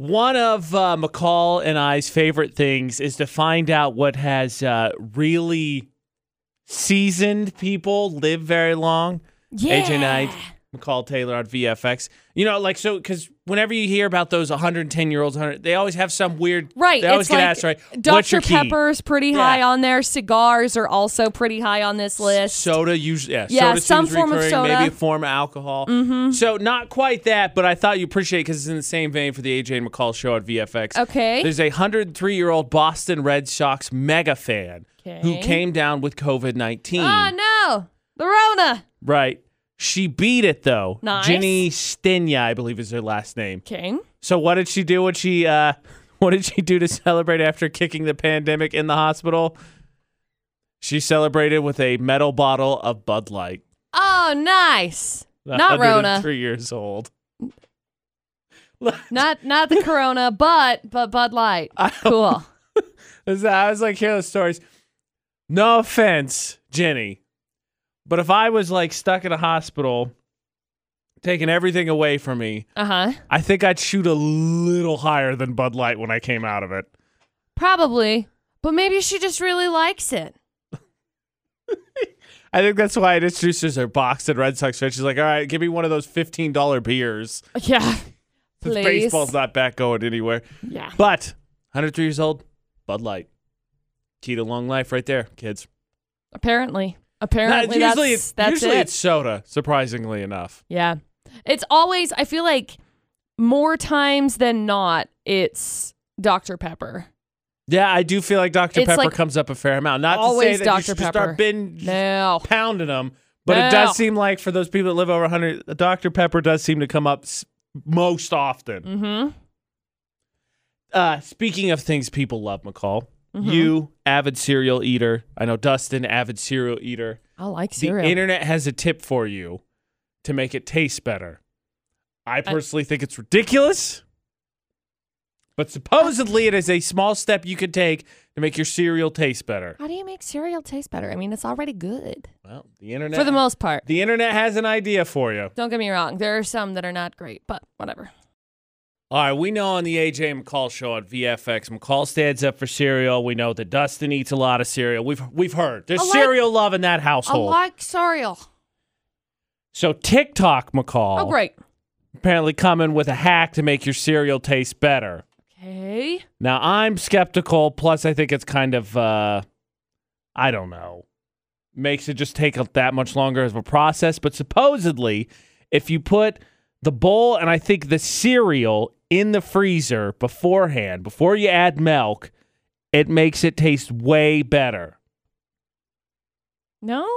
One of uh, McCall and I's favorite things is to find out what has uh, really seasoned people live very long. Yeah. AJ Knight, McCall Taylor on VFX. You know, like so, because whenever you hear about those 110 year olds, 100, they always have some weird. Right. They always it's get like asked, right? Dr. What's your key? Pepper's pretty Yeah. high on there. Cigars are also pretty high on this list. Soda usually, yeah, Yeah, soda some seems form of recurring, soda. Mm-hmm. maybe a form of alcohol. So not quite that, but I thought you appreciate because it's in the same vein for the AJ and McCall show at VFX. Okay. there's a 103 year old Boston Red Sox mega fan who Okay. came down with COVID 19. oh no, the Rona. Right, she beat it though. Nice. Ginny Stenya, I believe, is her last name. King. So what did she do when she uh what did she do to celebrate after kicking the pandemic in the hospital? She celebrated with a metal bottle of Bud Light. Oh, nice. Not Rona. Three years old. Not not the Corona, but but Bud Light. Cool. This- I was like, hear those stories. No offense, Jenny, but if I was like stuck in a hospital, taking everything away from me, Uh huh. I think I'd shoot a little higher than Bud Light when I came out of it. Probably, but maybe she just really likes it. I think that's why it introduces her boxed at Red Sox fan. She's like, all right, give me one of those $15 beers. Yeah. This Please. baseball's not back going anywhere. Yeah. But 103 years old, Bud Light. Key to long life right there, kids. Apparently. Nah, Apparently, usually that's, it's, that's usually it. it's soda, surprisingly enough. Yeah. It's always, I feel like more times than not, it's Dr. Pepper. Yeah, I do feel like Dr. It's Pepper like comes up a fair amount. Not to say always that you Dr. should just Pepper. start binge No. pounding them, but it No. does seem like for those people that live over 100, Dr. Pepper does seem to come up s- most often. Mm uh, speaking of things people love, McCall, Mhm. you, avid cereal eater. I know Dustin, avid cereal eater. hmm. I like The cereal. internet has a tip for you to make it taste better. I personally think it's ridiculous, but supposedly it is a small step you could take to make your cereal taste better. How do you make cereal taste better? I mean, it's already good Well, the internet for the most part. the internet has an idea for you. Don't get me wrong. There are some that are not great, but whatever. All right, we know on the AJ McCall show at VFX, McCall stands up for cereal. We know that Dustin eats a lot of cereal. We've we've heard there's I like- cereal love in that household. I like cereal. So TikTok McCall Oh, great. apparently coming with a hack to make your cereal taste better. Okay. Now I'm skeptical. Plus, I think it's kind of uh, I don't know, makes it just take up that much longer of a process. But supposedly, if you put the bowl and I think the cereal in the freezer beforehand, before you add milk, it makes it taste way better. No?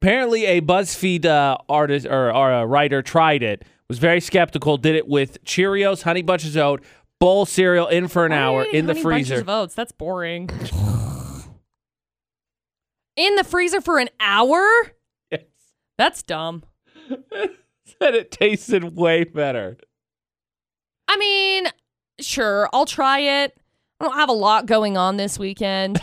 Apparently, a BuzzFeed uh, artist or, or a writer tried it, was very skeptical, did it with Cheerios, Honey Bunches of Oat, bowl cereal in for an Why are hour you eating in the Honey Bunches freezer. of Oats? That's boring. in the freezer for an hour? That's dumb. Said it tasted way better. I mean, sure, I'll try it. I don't have a lot going on this weekend.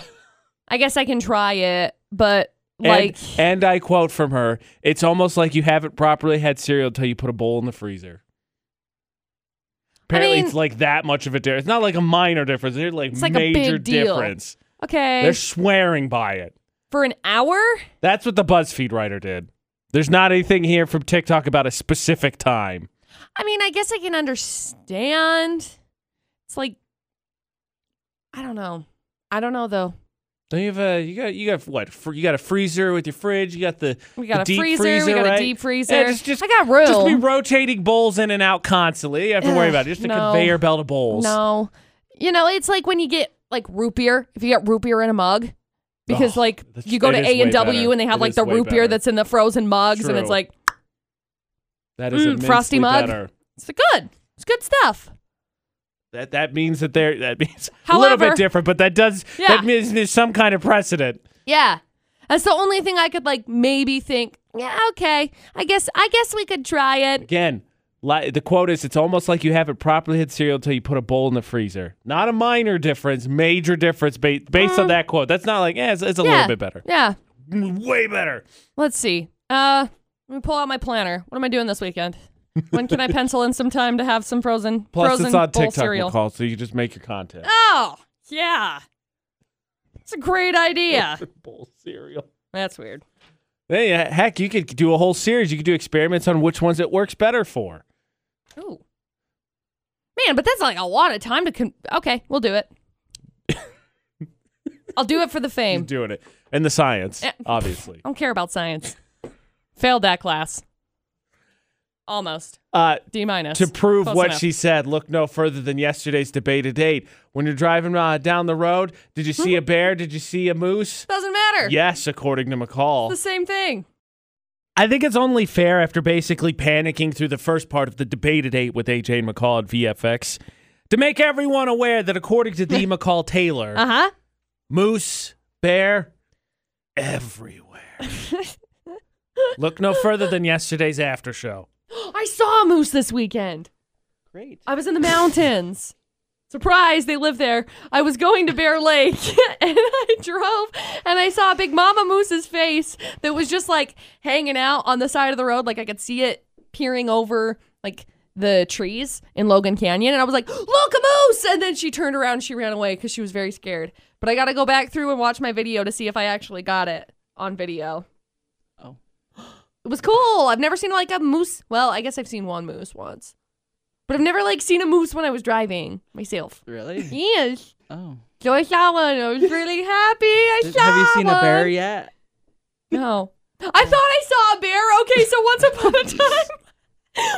I guess I can try it, but like, and, and I quote from her, it's almost like you haven't properly had cereal until you put a bowl in the freezer. Apparently, mean- it's like that much of a difference. It's not like a minor difference. It's like, It's like a major big deal. difference. okay, They're swearing by it. for an hour? That's what the BuzzFeed writer did. There's not anything here from TikTok about a specific time. I mean, I guess I can understand. It's like, I don't know. I don't know though. Don't you have a you got you got what fr- you got a freezer with your fridge? You got the We the got a deep freezer, we got right? a deep freezer. Yeah, just, just, I got room. Just be rotating bowls in and out constantly. You have to worry Ugh, about it. Just a no. conveyor belt of bowls. No. You know, it's like when you get like root beer, if you got root beer in a mug. Because Oh, like that's- you go it to is A way and W better. and they have It like is the way root beer better. that's in the frozen mugs and True. it's like That is Mm, immensely frosty mug. better. it's good. It's good stuff. That that means that there that means a little However- bit different, but that does Yeah. that means there's some kind of precedent. Yeah. That's the only thing I could like maybe think, yeah, okay. I guess I guess we could try it. Again, li- the quote is it's almost like you haven't properly had cereal until you put a bowl in the freezer. Not a minor difference, major difference ba- based on that quote. That's not like, eh, it's, it's a Mm. yeah. little bit better. Yeah. Mm, Way better. Let's see. Uh let me pull out my planner. What am I doing this weekend? When can I pencil in some time to have some frozen Plus, frozen it's on bowl TikTok cereal? McCall, so you just make your content. Oh, yeah. It's a great idea. bowl cereal. That's weird. Hey, uh, heck, you could do a whole series. You could do experiments on which ones it works better for. Ooh. Man, but that's like a lot of time to. Con- okay, we'll do it. I'll do it for the You're fame. doing it. And the science, Eh. obviously. I don't care about science. Failed that class. Almost. Uh, D minus. to prove Close what enough. she said, look no further than yesterday's debate at eight. When you're driving uh, down the road, did you Hmm. see a bear? Did you see a moose? Doesn't matter. Yes, according to The McCall. same thing. I think it's only fair after basically panicking through the first part of the debate at eight with AJ and McCall at VFX to make everyone aware that according to the McCall Taylor, Uh huh. moose, bear, everywhere. Look no further than yesterday's after show. I saw a moose this weekend. Great. I was in the mountains. Surprise, they live there. I was going to Bear Lake and I drove and I saw Big Mama Moose's face that was just like hanging out on the side of the road. Like I could see it peering over like the trees in Logan Canyon. And I was like, look, a moose. And then she turned around and she ran away because she was very scared. But I got to go back through and watch my video to see if I actually got it on video. Oh. It was cool. I've never seen like a moose. Well, I guess I've seen one moose once. But I've never like seen a moose when I was driving myself. Really? Yes. Oh. So I saw one. I was really happy. I Did- saw have you seen a bear one. yet? No. I thought I saw a bear. Okay, so once upon a time,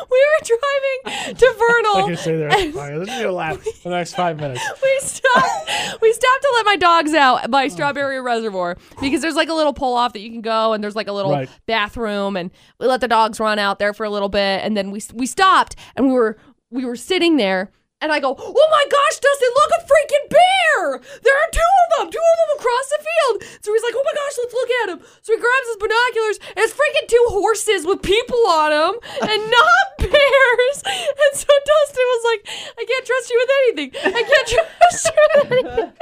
we were driving to Vernal. This is gonna last the next five minutes. we stopped. We stopped to let my dogs out by Strawberry Reservoir because there's like a little pull off that you can go, and there's like a little Right. bathroom, and we let the dogs run out there for a little bit, and then we we stopped, and we were we were sitting there. And I go, oh my gosh, Dustin, look, a freaking bear! There are two of them, two of them across the field. So he's like, oh my gosh, let's look at him. So he grabs his binoculars, and it's freaking two horses with people on them, and not bears. And so Dustin was like, I can't trust you with anything. I can't trust you with anything.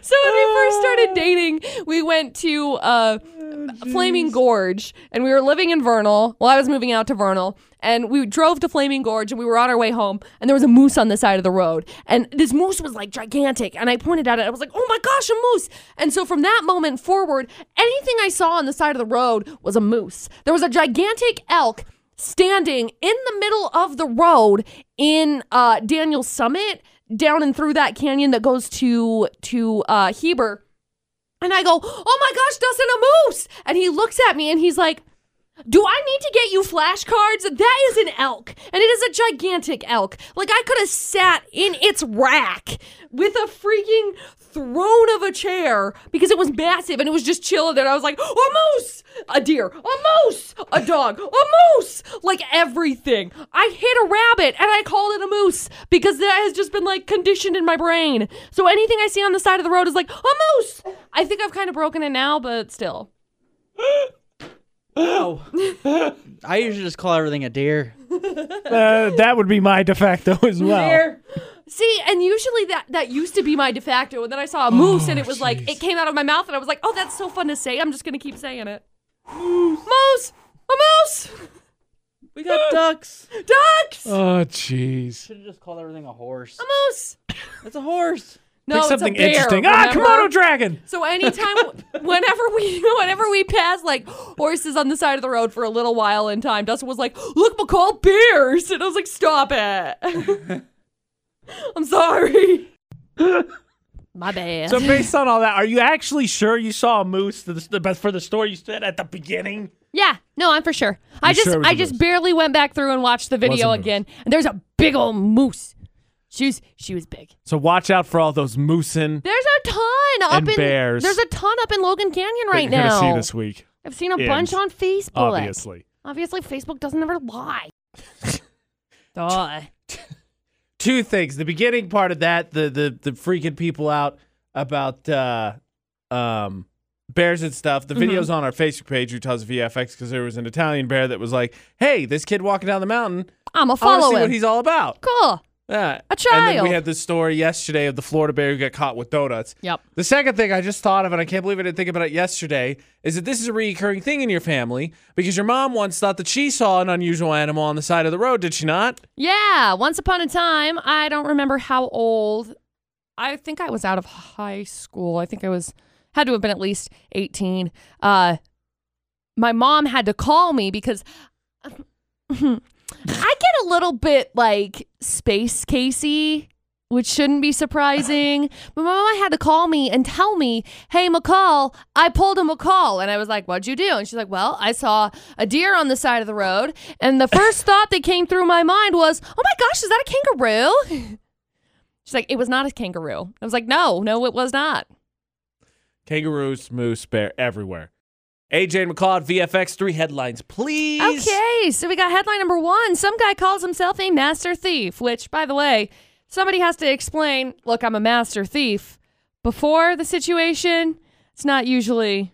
So when we first started dating, we went to uh, Flaming Gorge, and we were living in Vernal. Well, I was moving out to Vernal, and we drove to Flaming Gorge, and we were on our way home, and there was a moose on the side of the road, and this moose was like gigantic, and I pointed at it, I was like, "Oh my gosh, a moose!" And so from that moment forward, anything I saw on the side of the road was a moose. There was a gigantic elk standing in the middle of the road in uh, Daniel Summit, down and through that canyon that goes to to uh, Heber. And I go, oh my gosh, Dustin, a moose! And he looks at me and he's like, do I need to get you flashcards? That is an elk, and it is a gigantic elk. Like I could have sat in its rack with a freaking throne of a chair because it was massive and it was just chilling there. I was like, a moose, a deer, a moose, a dog, a moose, like everything. I hit a rabbit and I called it a moose because that has just been like conditioned in my brain. So anything I see on the side of the road is like a moose. I think I've kind of broken it now, but still. Oh. I usually just call everything a deer. Uh, that would be my de facto as well. there. See, and usually that that used to be my de facto, and then I saw a moose, Oh, and it was like it came out of my mouth, and I was like, "Oh, that's so fun to say. I'm just gonna keep saying it." Moose, moose, a moose, We got ducks. ducks, Oh, jeez. Should have just called everything a horse. a moose. It's a horse. Pick No, Oh, it's a something bear, interesting. Ah, remember? Komodo dragon. So anytime, whenever we, whenever we pass like horses on the side of the road for a little while in time, Dustin was like, "Look, McCall, bears," and I was like, "Stop it." I'm sorry. My bad. So based on all that, are you actually sure you saw a moose? The, the best for the story you said at the beginning. Yeah, no, I'm for sure. I You just sure it was I a just moose? barely went back through and watched the Wasn't video a moose. again. And there's a big old moose. She was she was big. So watch out for all those moosin. There's a ton up And in bears. There's a ton up in Logan Canyon right you're now. gonna see this week, I've seen a And bunch on Facebook. obviously. Obviously, Facebook doesn't ever lie. Duh. Two things: the beginning part of that, the the the freaking people out about uh um bears and stuff. Mm-hmm. The videos on our Facebook page, Utah's VFX, because there was an Italian bear that was like, "Hey, this kid walking down the mountain. I'm a I want to see follower. what he's all about." Cool. Yeah. A And then we child. had this story yesterday of the Florida bear who got caught with donuts. Yep. The second thing I just thought of, and I can't believe I didn't think about it yesterday, is that this is a recurring thing in your family because your mom once thought that she saw an unusual animal on the side of the road, did she not? Yeah. Once upon a time, I don't remember how old. I think I was out of high school. I think I was had to have been at least 18. Uh my mom had to call me because I get a little bit like space Casey, which shouldn't be surprising. but my mom had to call me and tell me, "Hey, McCall, I pulled a McCall," and I was like, "What'd you do?" And she's like, "Well, I saw a deer on the side of the road, and the first thought that came through my mind was, "Oh my gosh, is that a kangaroo?" She's like, "It was not a kangaroo." I was like, "No, no, it was not." Kangaroos, moose, bear, everywhere. AJ and McCall at VFX, three headlines, please. Okay, so we got headline number one. Some guy calls himself a master thief, which, by the way, somebody has to explain look, I'm a master thief. Before the situation, it's not usually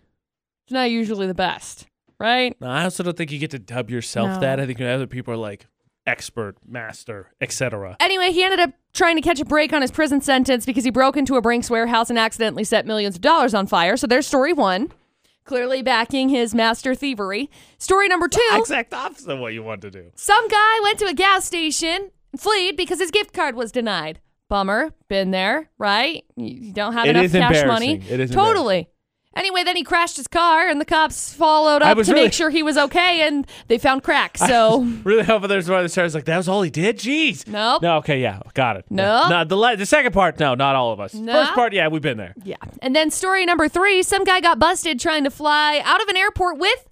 it's not usually the best, right? No, I also don't think you get to dub yourself No. that. I think other people are like expert, master, etc. Anyway, he ended up trying to catch a break on his prison sentence because he broke into a Brinks warehouse and accidentally set millions of dollars on fire. So there's story one, clearly backing his master thievery. Story number two. Exact opposite of what you want to do. Some guy went to a gas station and fled because his gift card was denied. Bummer. Been there, right? You you don't have It enough is cash money. embarrassing. It is totally. Anyway, then he crashed his car and the cops followed I up was to really- make sure he was okay and they found cracks. So Really hoping there's one of the stars like that was all he did. Jeez. Nope. No. Okay. Yeah. Got it. No. No. The la- the second part. No. Not all of us. No. First part. Yeah. We've been there. Yeah. And then story number three some guy got busted trying to fly out of an airport with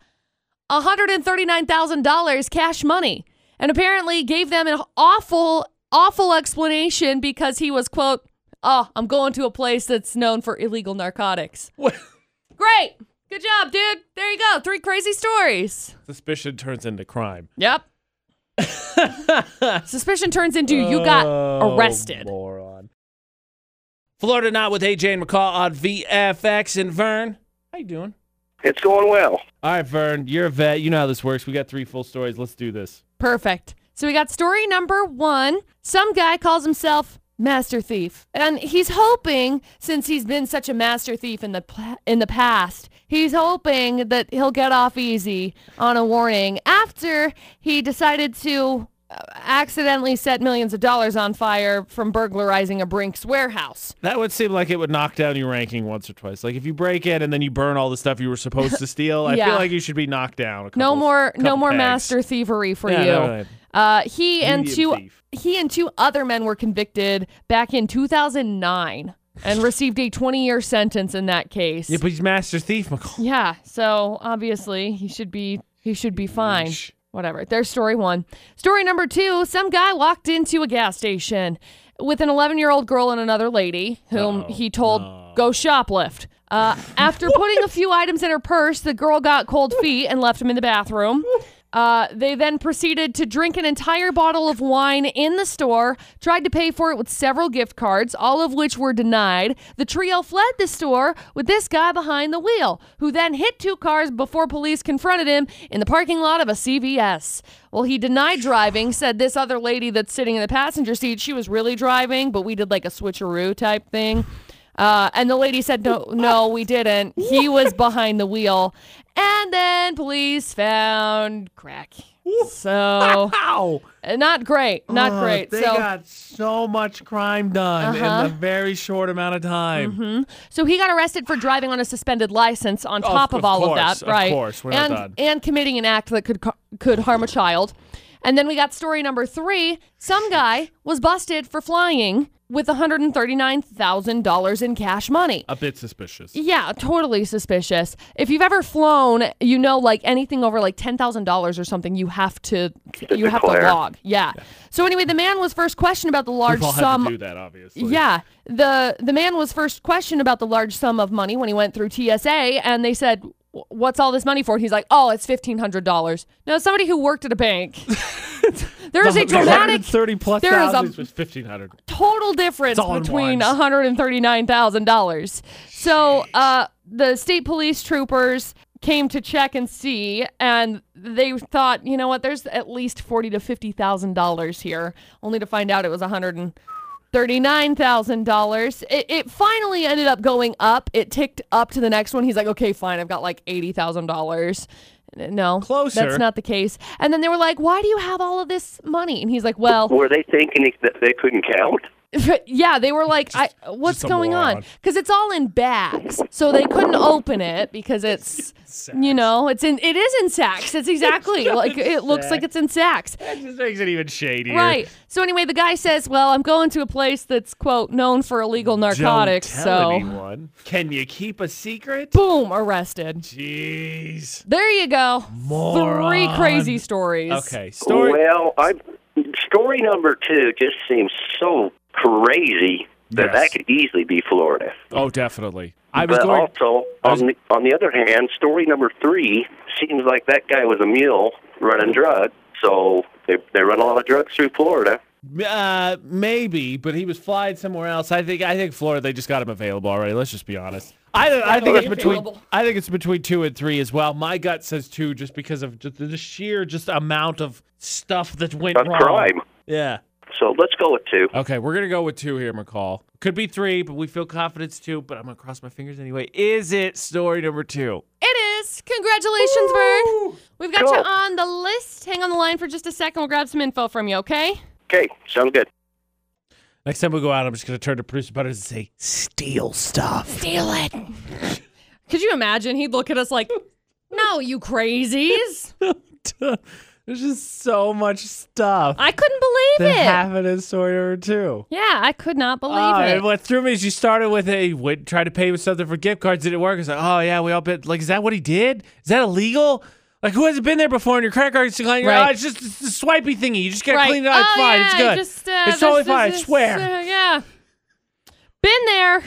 $139,000 cash money and apparently gave them an awful, awful explanation because he was, quote, oh, I'm going to a place that's known for illegal narcotics. What? Great. Good job, dude. There you go. Three crazy stories. Suspicion turns into crime. Yep. Suspicion turns into you got Oh, arrested. Moron. Florida not with AJ and McCall on VFX and Vern. How you doing? It's going well. All right, Vern. You're a vet. You know how this works. We got three full stories. Let's do this. Perfect. So we got story number one. Some guy calls himself Master Thief, and he's hoping, since he's been such a Master Thief in the pla- in the past, he's hoping that he'll get off easy on a warning after he decided to uh, accidentally set millions of dollars on fire from burglarizing a Brinks warehouse. That would seem like it would knock down your ranking once or twice. Like if you break in and then you burn all the stuff you were supposed to steal, I Yeah. feel like you should be knocked down. A couple, No more, no couple more pegs. Master Thievery for Yeah, you. no, no, no. Uh, he and Medium two thief. he and two other men were convicted back in 2009 and received a 20-year sentence in that case. Yeah, but he's master thief, McCall. Yeah, so obviously he should be he should be fine. Yeesh. Whatever. There's story one. Story number two: Some guy walked into a gas station with an 11-year-old girl and another lady, whom he told go shoplift. Uh, after putting a few items in her purse, the girl got cold feet and left him in the bathroom. Uh, they then proceeded to drink an entire bottle of wine in the store, tried to pay for it with several gift cards, all of which were denied. The trio fled the store with this guy behind the wheel, who then hit two cars before police confronted him in the parking lot of a CVS. Well, he denied driving, said this other lady that's sitting in the passenger seat, she was really driving, but we did like a switcheroo type thing. Uh, and the lady said, "No, no, we didn't. He was behind the wheel." And then police found crack. So Wow. uh, not great, not great. Oh, They so Uh-huh. got so much crime done in a very short amount of time. Mm-hmm. so he got arrested for driving on a suspended license on top of, of all course, of that, of right? course, we're not and done. and committing an act that could ca- could harm a child. And then we got story number 3. Some guy was busted for flying with $139,000 in cash money. A bit suspicious. Yeah, totally suspicious. If you've ever flown, you know, like anything over like ten thousand dollars or something, you have to you have to declare. log. Yeah. So anyway, the man was first questioned about the large We've all had to sum. do that, obviously. Yeah, the the man was first questioned about the large sum of money when he went through TSA, and they said, "Wh- "What's all this money for?" And he's like, "Oh, it's fifteen hundred dollars." Now, somebody who worked at a bank. there is a dramatic 30 plus there is a- thousands was 1500 total difference all in between ones. $139,000. So, uh, the state police troopers came to check and see, and they thought, you know what, there's at least forty to fifty thousand dollars here, only to find out it was a hundred and thirty-nine thousand dollars. It, it finally ended up going up. It ticked up to the next one. He's like, okay, fine, I've got like eighty thousand dollars. No, Closer. That's not the case. And then they were like, "Why do you have all of this money?" And he's like, "Well, Were they thinking it- that they couldn't count? yeah, they were like, I, "What's just a going on?" moron. Because it's all in bags, so they couldn't open it because it's, you know, it's in, it is in sacks. It's exactly like it looks like it's in sacks, That just makes it even shadier. right? So anyway, the guy says, "Well, I'm going to a place that's quote known for illegal narcotics," Don't tell so anyone. Can you keep a secret? boom, arrested. Jeez. There you go. Three Moron. crazy stories. Okay. Story. Well, I story number two just seems so crazy that Yes. that could easily be Florida. Oh, definitely. I was But going. also, was- on the on the other hand, story number three seems like that guy was a mule running drugs. So they they run a lot of drugs through Florida. Uh, maybe, but he was flying somewhere else. I think. I think Florida. They just got him available already. Let's just be honest. I, I think it's between. Available. I think it's between two and three as well. My gut says two, just because of just the sheer just amount of stuff that went Of wrong. crime. Yeah. So let's go with two. Okay, we're gonna go with two here, McCall. Could be three, but we feel confidence two. But I'm gonna cross my fingers anyway. Is it story number two? It is. Congratulations, Vern. We've got you Cool. on the list. Hang on the line for just a second. We'll grab some info from you, okay? Okay, sounds good. Next time we go out, I'm just gonna turn to producer Butters and say, "Steal stuff." Deal it. Could you imagine? He'd look at us like, no, you crazies. There's just so much stuff I couldn't believe it. in story number two. yeah, I could not believe Oh, it. and what threw me is you started with a would try to pay with something for gift cards, didn't work. It's like, oh yeah, we all bid. Like, is that what he did? Is that illegal? Like, who hasn't been there before? And your credit card is declining. You're, Right. Oh, it's just it's the swipey thingy. You just gotta right. clean it out. It's oh, fine. Yeah, it's good. Just, uh, it's totally this- fine. this- I swear. uh, yeah. Been there.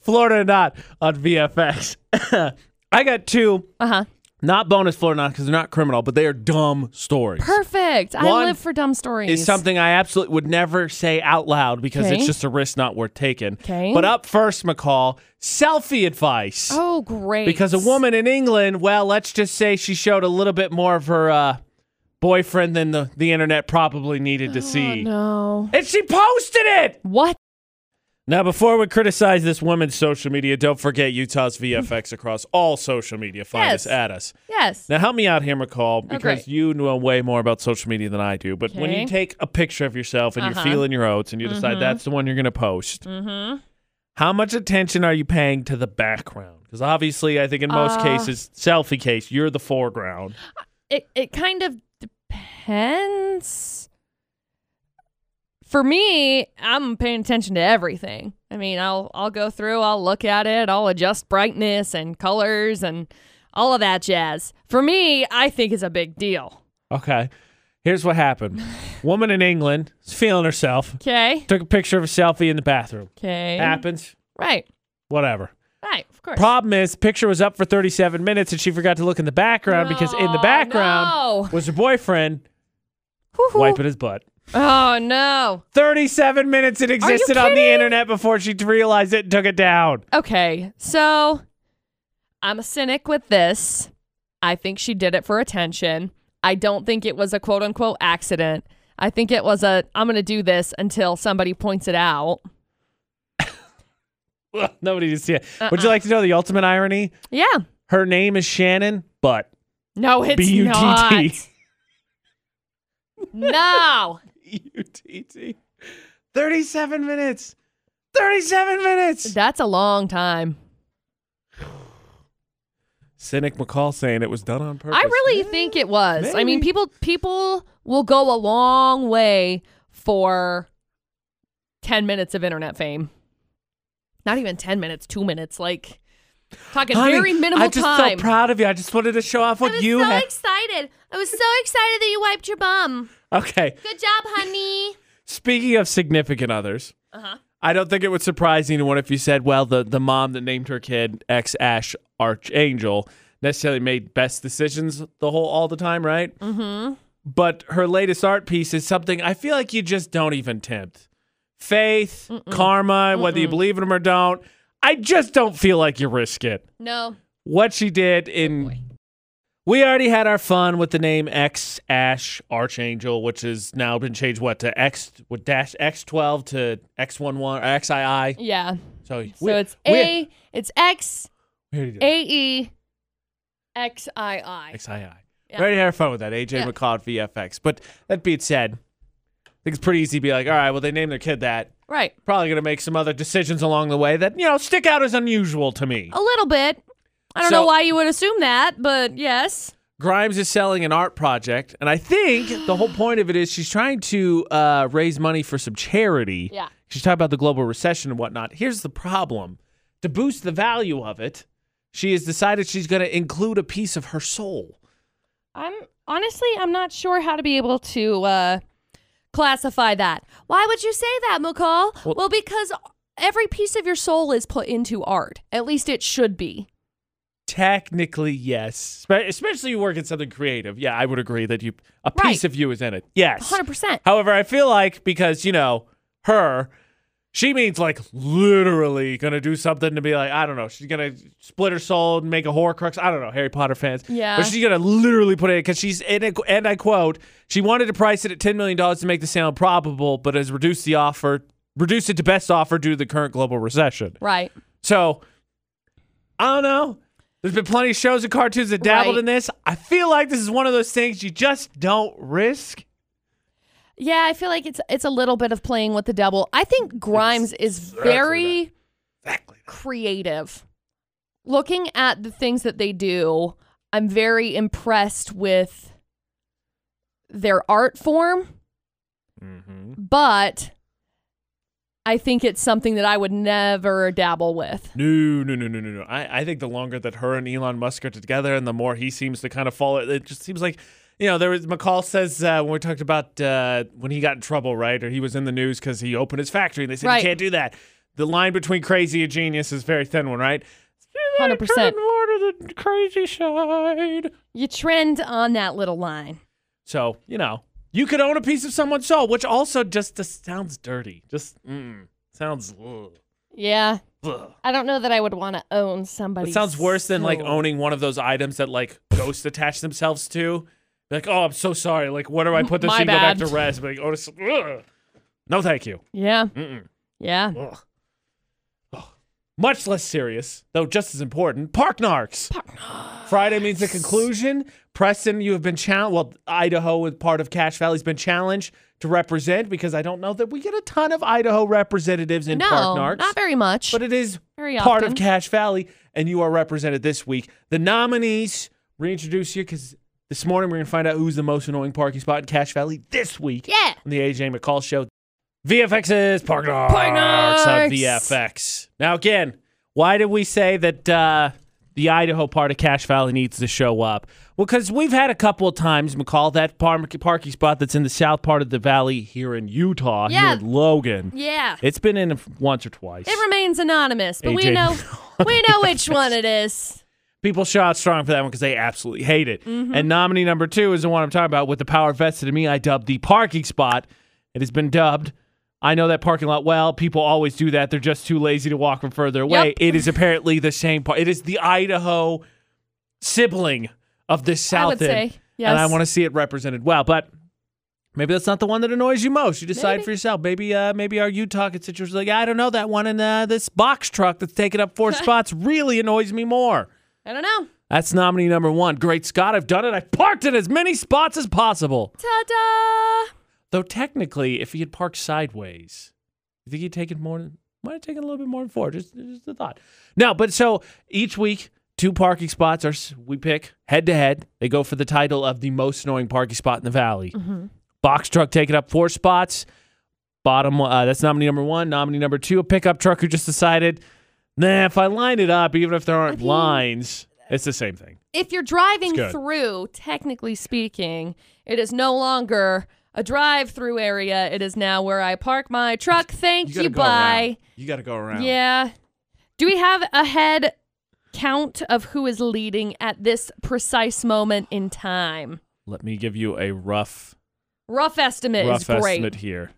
Florida or not on VFX. I got two, Uh huh. not bonus Florida or not because they're not criminal, but they are dumb stories. Perfect. I One live for dumb stories. is something I absolutely would never say out loud because Okay. it's just a risk not worth taking. Okay. But up first, McCall, selfie advice. Oh, great. Because a woman in England, well, let's just say she showed a little bit more of her uh, boyfriend than the, the internet probably needed to Oh, see. no. And she posted it! What? Now, before we criticize this woman's social media, don't forget Utah's VFX across all social media. Find Yes. us at us. Yes. Now, help me out here, McCall, because Oh, great. you know way more about social media than I do. But when Okay. you take a picture of yourself and Uh-huh. you're feeling your oats and you decide that's the one you're going to post, Mm-hmm. how much attention are you paying to the background? Because obviously, I think in most Uh, cases, selfie case, you're the foreground. it it kind of depends. For me, I'm paying attention to everything. I mean, I'll I'll go through, I'll look at it, I'll adjust brightness and colors and all of that jazz. For me, I think it's a big deal. Okay. Here's what happened. Woman in England is feeling herself. Okay? Took a picture of a selfie in the bathroom. Okay. Happens. Right. Whatever. Right, of course. Problem is, picture was up for 37 minutes and she forgot to look in the background because in the Oh, background no. was her boyfriend Whoo-hoo. wiping his butt. Oh no. 37 minutes it existed on the kidding? internet before she realized it and took it down. Okay. So I'm a cynic with this. I think she did it for attention. I don't think it was a quote unquote accident. I think it was a I'm going to do this until somebody points it out. Ugh, Nobody did see it. Would you Uh-uh. like to know the ultimate irony? Yeah. Her name is Shannon, but No, it's B U T not. T. No. U T T. 37 minutes. 37 minutes. That's a long time. Cynic McCall saying it was done on purpose. I really think it was. I mean, maybe. people people will go a long way for 10 minutes of internet fame. Not even 10 minutes, 2 minutes like talking Honey, very minimal I just time. felt proud of you. I just wanted to show off what you had. excited. I was so excited that you wiped your bum. okay. Good job, honey. Speaking of significant others, Uh-huh. I don't think it would surprise anyone if you said, well, the, the mom that named her kid ex Ash Archangel necessarily made best decisions the whole all the time, right? Mhm. But her latest art piece is something I feel like you just don't even tempt. Faith, karma, whether you believe in them or don't, I just don't feel like you risk it. No. what she did in. We already had our fun with the name X Ash Archangel, which has now been changed what to X with dash X twelve to X one one or XII. Yeah. So, So it's A, it's X, A E, X I I. XII. Yeah. We already had our fun with that. AJ Yeah. McCloud VFX. But that being said, I think it's pretty easy to be like, all right, well, they named their kid that. Right. Probably going to make some other decisions along the way that, you know, stick out as unusual to me. A little bit. I don't know So- why you would assume that, but yes. Grimes is selling an art project. And I think the whole point of it is she's trying to uh, raise money for some charity. Yeah. She's talking about the global recession and whatnot. Here's the problem to boost the value of it, she has decided she's going to include a piece of her soul. I'm honestly, I'm not sure how to be able to uh, classify that. Why would you say that, McCall? Well- Well, because every piece of your soul is put into art. At least it should be. Technically, yes. Spe- Especially you work in something creative. Yeah, I would agree that you a piece Right. of you is in it. Yes. 100%. However, I feel like because you know her, she means like literally gonna do something to be like I don't know. She's gonna split her soul and make a Horcrux. I don't know. Harry Potter fans. Yeah. But she's gonna literally put it because she's in it, and I quote: she wanted to price it at ten million dollars to make the sale probable, but has reduced the offer, reduced it to best offer due to the current global recession. Right. So I don't know. There's been plenty of shows and cartoons that dabbled Right. in this. I feel like this is one of those things you just don't risk. Yeah, I feel like it's it's a little bit of playing with the devil. I think Grimes is very Exactly. creative. Looking at the things that they do, I'm very impressed with their art form, Mm-hmm. but I think it's something that I would never dabble with. No, no, no, no, no, no. I, I think the longer that her and Elon Musk are together, and the more he seems to kind of fall, it just seems like, you know, there was McCall says uh, when we talked about uh, when he got in trouble, right, or he was in the news because he opened his factory, and they said Right. you can't do that. The line between crazy and genius is a very thin one, right? 100%. Turn more to the crazy side. You trend on that little line. So, you know, you could own a piece of someone's soul, which also just, just sounds dirty. Just mm, sounds. Ugh, Yeah. ugh. I don't know that I would want to own somebody. It sounds worse than like owning one of those items that like ghosts attach themselves to. Like, oh, I'm so sorry. Like, where do I put this My and go back bad. to rest? But like, oh, this, ugh. no, thank you. Yeah. Mm-mm. Yeah. Ugh. Ugh. Much less serious, though just as important. Park Narks. Friday means the conclusion. Preston, you have been challenged. Well, Idaho, with part of Cache Valley, has been challenged to represent because I don't know that we get a ton of Idaho representatives in no, Park Narks. not very much. but it is very part of often. Cache Valley, and you are represented this week. The nominees reintroduce you because this morning we're going to find out who's the most annoying parking spot in Cache Valley this week yeah. on the AJ McCall Show. VFX's Park Narks on Narks. VFX. Now, again, why did we say that uh, the Idaho part of Cache Valley needs to show up? Well, because we've had a couple of times, McCall, that par- parking spot that's in the south part of the valley here in Utah, Yeah. here in Logan. Yeah. It's been in once or twice. It remains anonymous, but we AJ. know we know which one it is. people shot strong for that one because they absolutely hate it. Mm-hmm. And nominee number two is the one I'm talking about with the power vested in me. I dubbed the parking spot. It has been dubbed. I know that parking lot well. People always do that. They're just too lazy to walk from further away. Yep. It is apparently the same part. It is the Idaho sibling of the South I would say End. yes. And I want to see it represented well. But maybe that's not the one that annoys you most. You decide Maybe. for yourself. Maybe uh, maybe our Utah constituents are like, I don't know, that one in uh, this box truck that's taking up four spots really annoys me more. I don't know. That's nominee number one. Great Scott, I've done it. I parked in as many spots as possible. Ta-da! Though technically, if he had parked sideways, you think he'd taken more than might have taken a little bit more than four. Just, just a thought. No, but so each week, two parking spots are s- we pick head to head. They go for the title of the most annoying parking spot in the valley. Box truck taking up four spots. Bottom uh, that's nominee number one. Nominee number two, a pickup truck who just decided, nah, if I line it up, even if there aren't mean- lines, it's the same thing. If you're It's driving good. through, technically speaking, it is no longer a drive-through area. It is now where I park my truck. Thank you. gotta go bye. around. You got to go around. Yeah. Do we have a head count of who is leading at this precise moment in time? Let me give you a rough, Rough estimate rough is great. estimate here.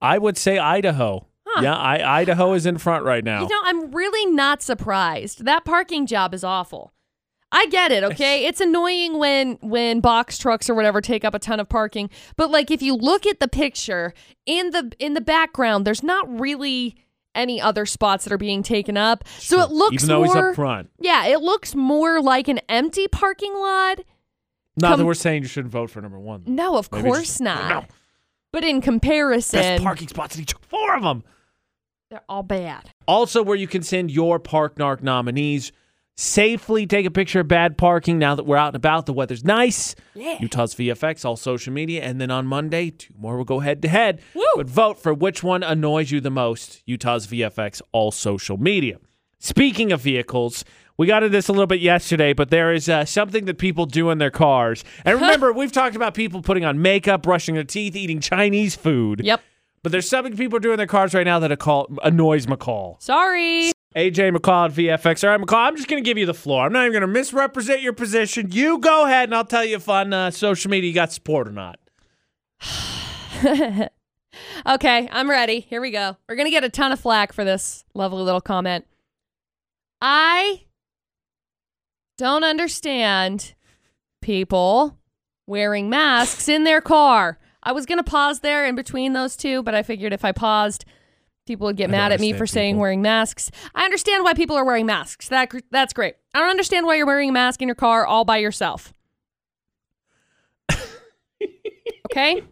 I would say Idaho. Huh. Yeah, I, Idaho is in front right now. You know, I'm really not surprised. That parking job is awful. I get it, okay? It's annoying when when box trucks or whatever take up a ton of parking, but like if you look at the picture in the in the background, there's not really any other spots that are being taken up. So it looks Even though more he's up front. Yeah, it looks more like an empty parking lot. Not that Come- we're saying you shouldn't vote for number one. though. No, of Maybe course just- not. No. But in Best comparison, parking spots, and he took four of them. they're all bad. Also, where you can send your Park Narc nominees safely. Take a picture of bad parking now that we're out and about. The weather's nice. Yeah. Utah's VFX, all social media. And then on Monday, two more will go head to head. Woo. But vote for which one annoys you the most Utah's VFX, all social media. Speaking of vehicles, we got into this a little bit yesterday, but there is uh, something that people do in their cars. And remember, we've talked about people putting on makeup, brushing their teeth, eating Chinese food. Yep. But there's something people do in their cars right now that a call, annoys McCall. Sorry. AJ McCall at VFX. All right, McCall, I'm just going to give you the floor. I'm not even going to misrepresent your position. You go ahead, and I'll tell you if on uh, social media you got support or not. Okay, I'm ready. Here we go. We're going to get a ton of flack for this lovely little comment. I don't understand people wearing masks in their car. I was going to pause there in between those two, but I figured if I paused, people would get I mad don't at me for understand saying people. wearing masks. I understand why people are wearing masks. That gr- that's great. I don't understand why you're wearing a mask in your car all by yourself. okay?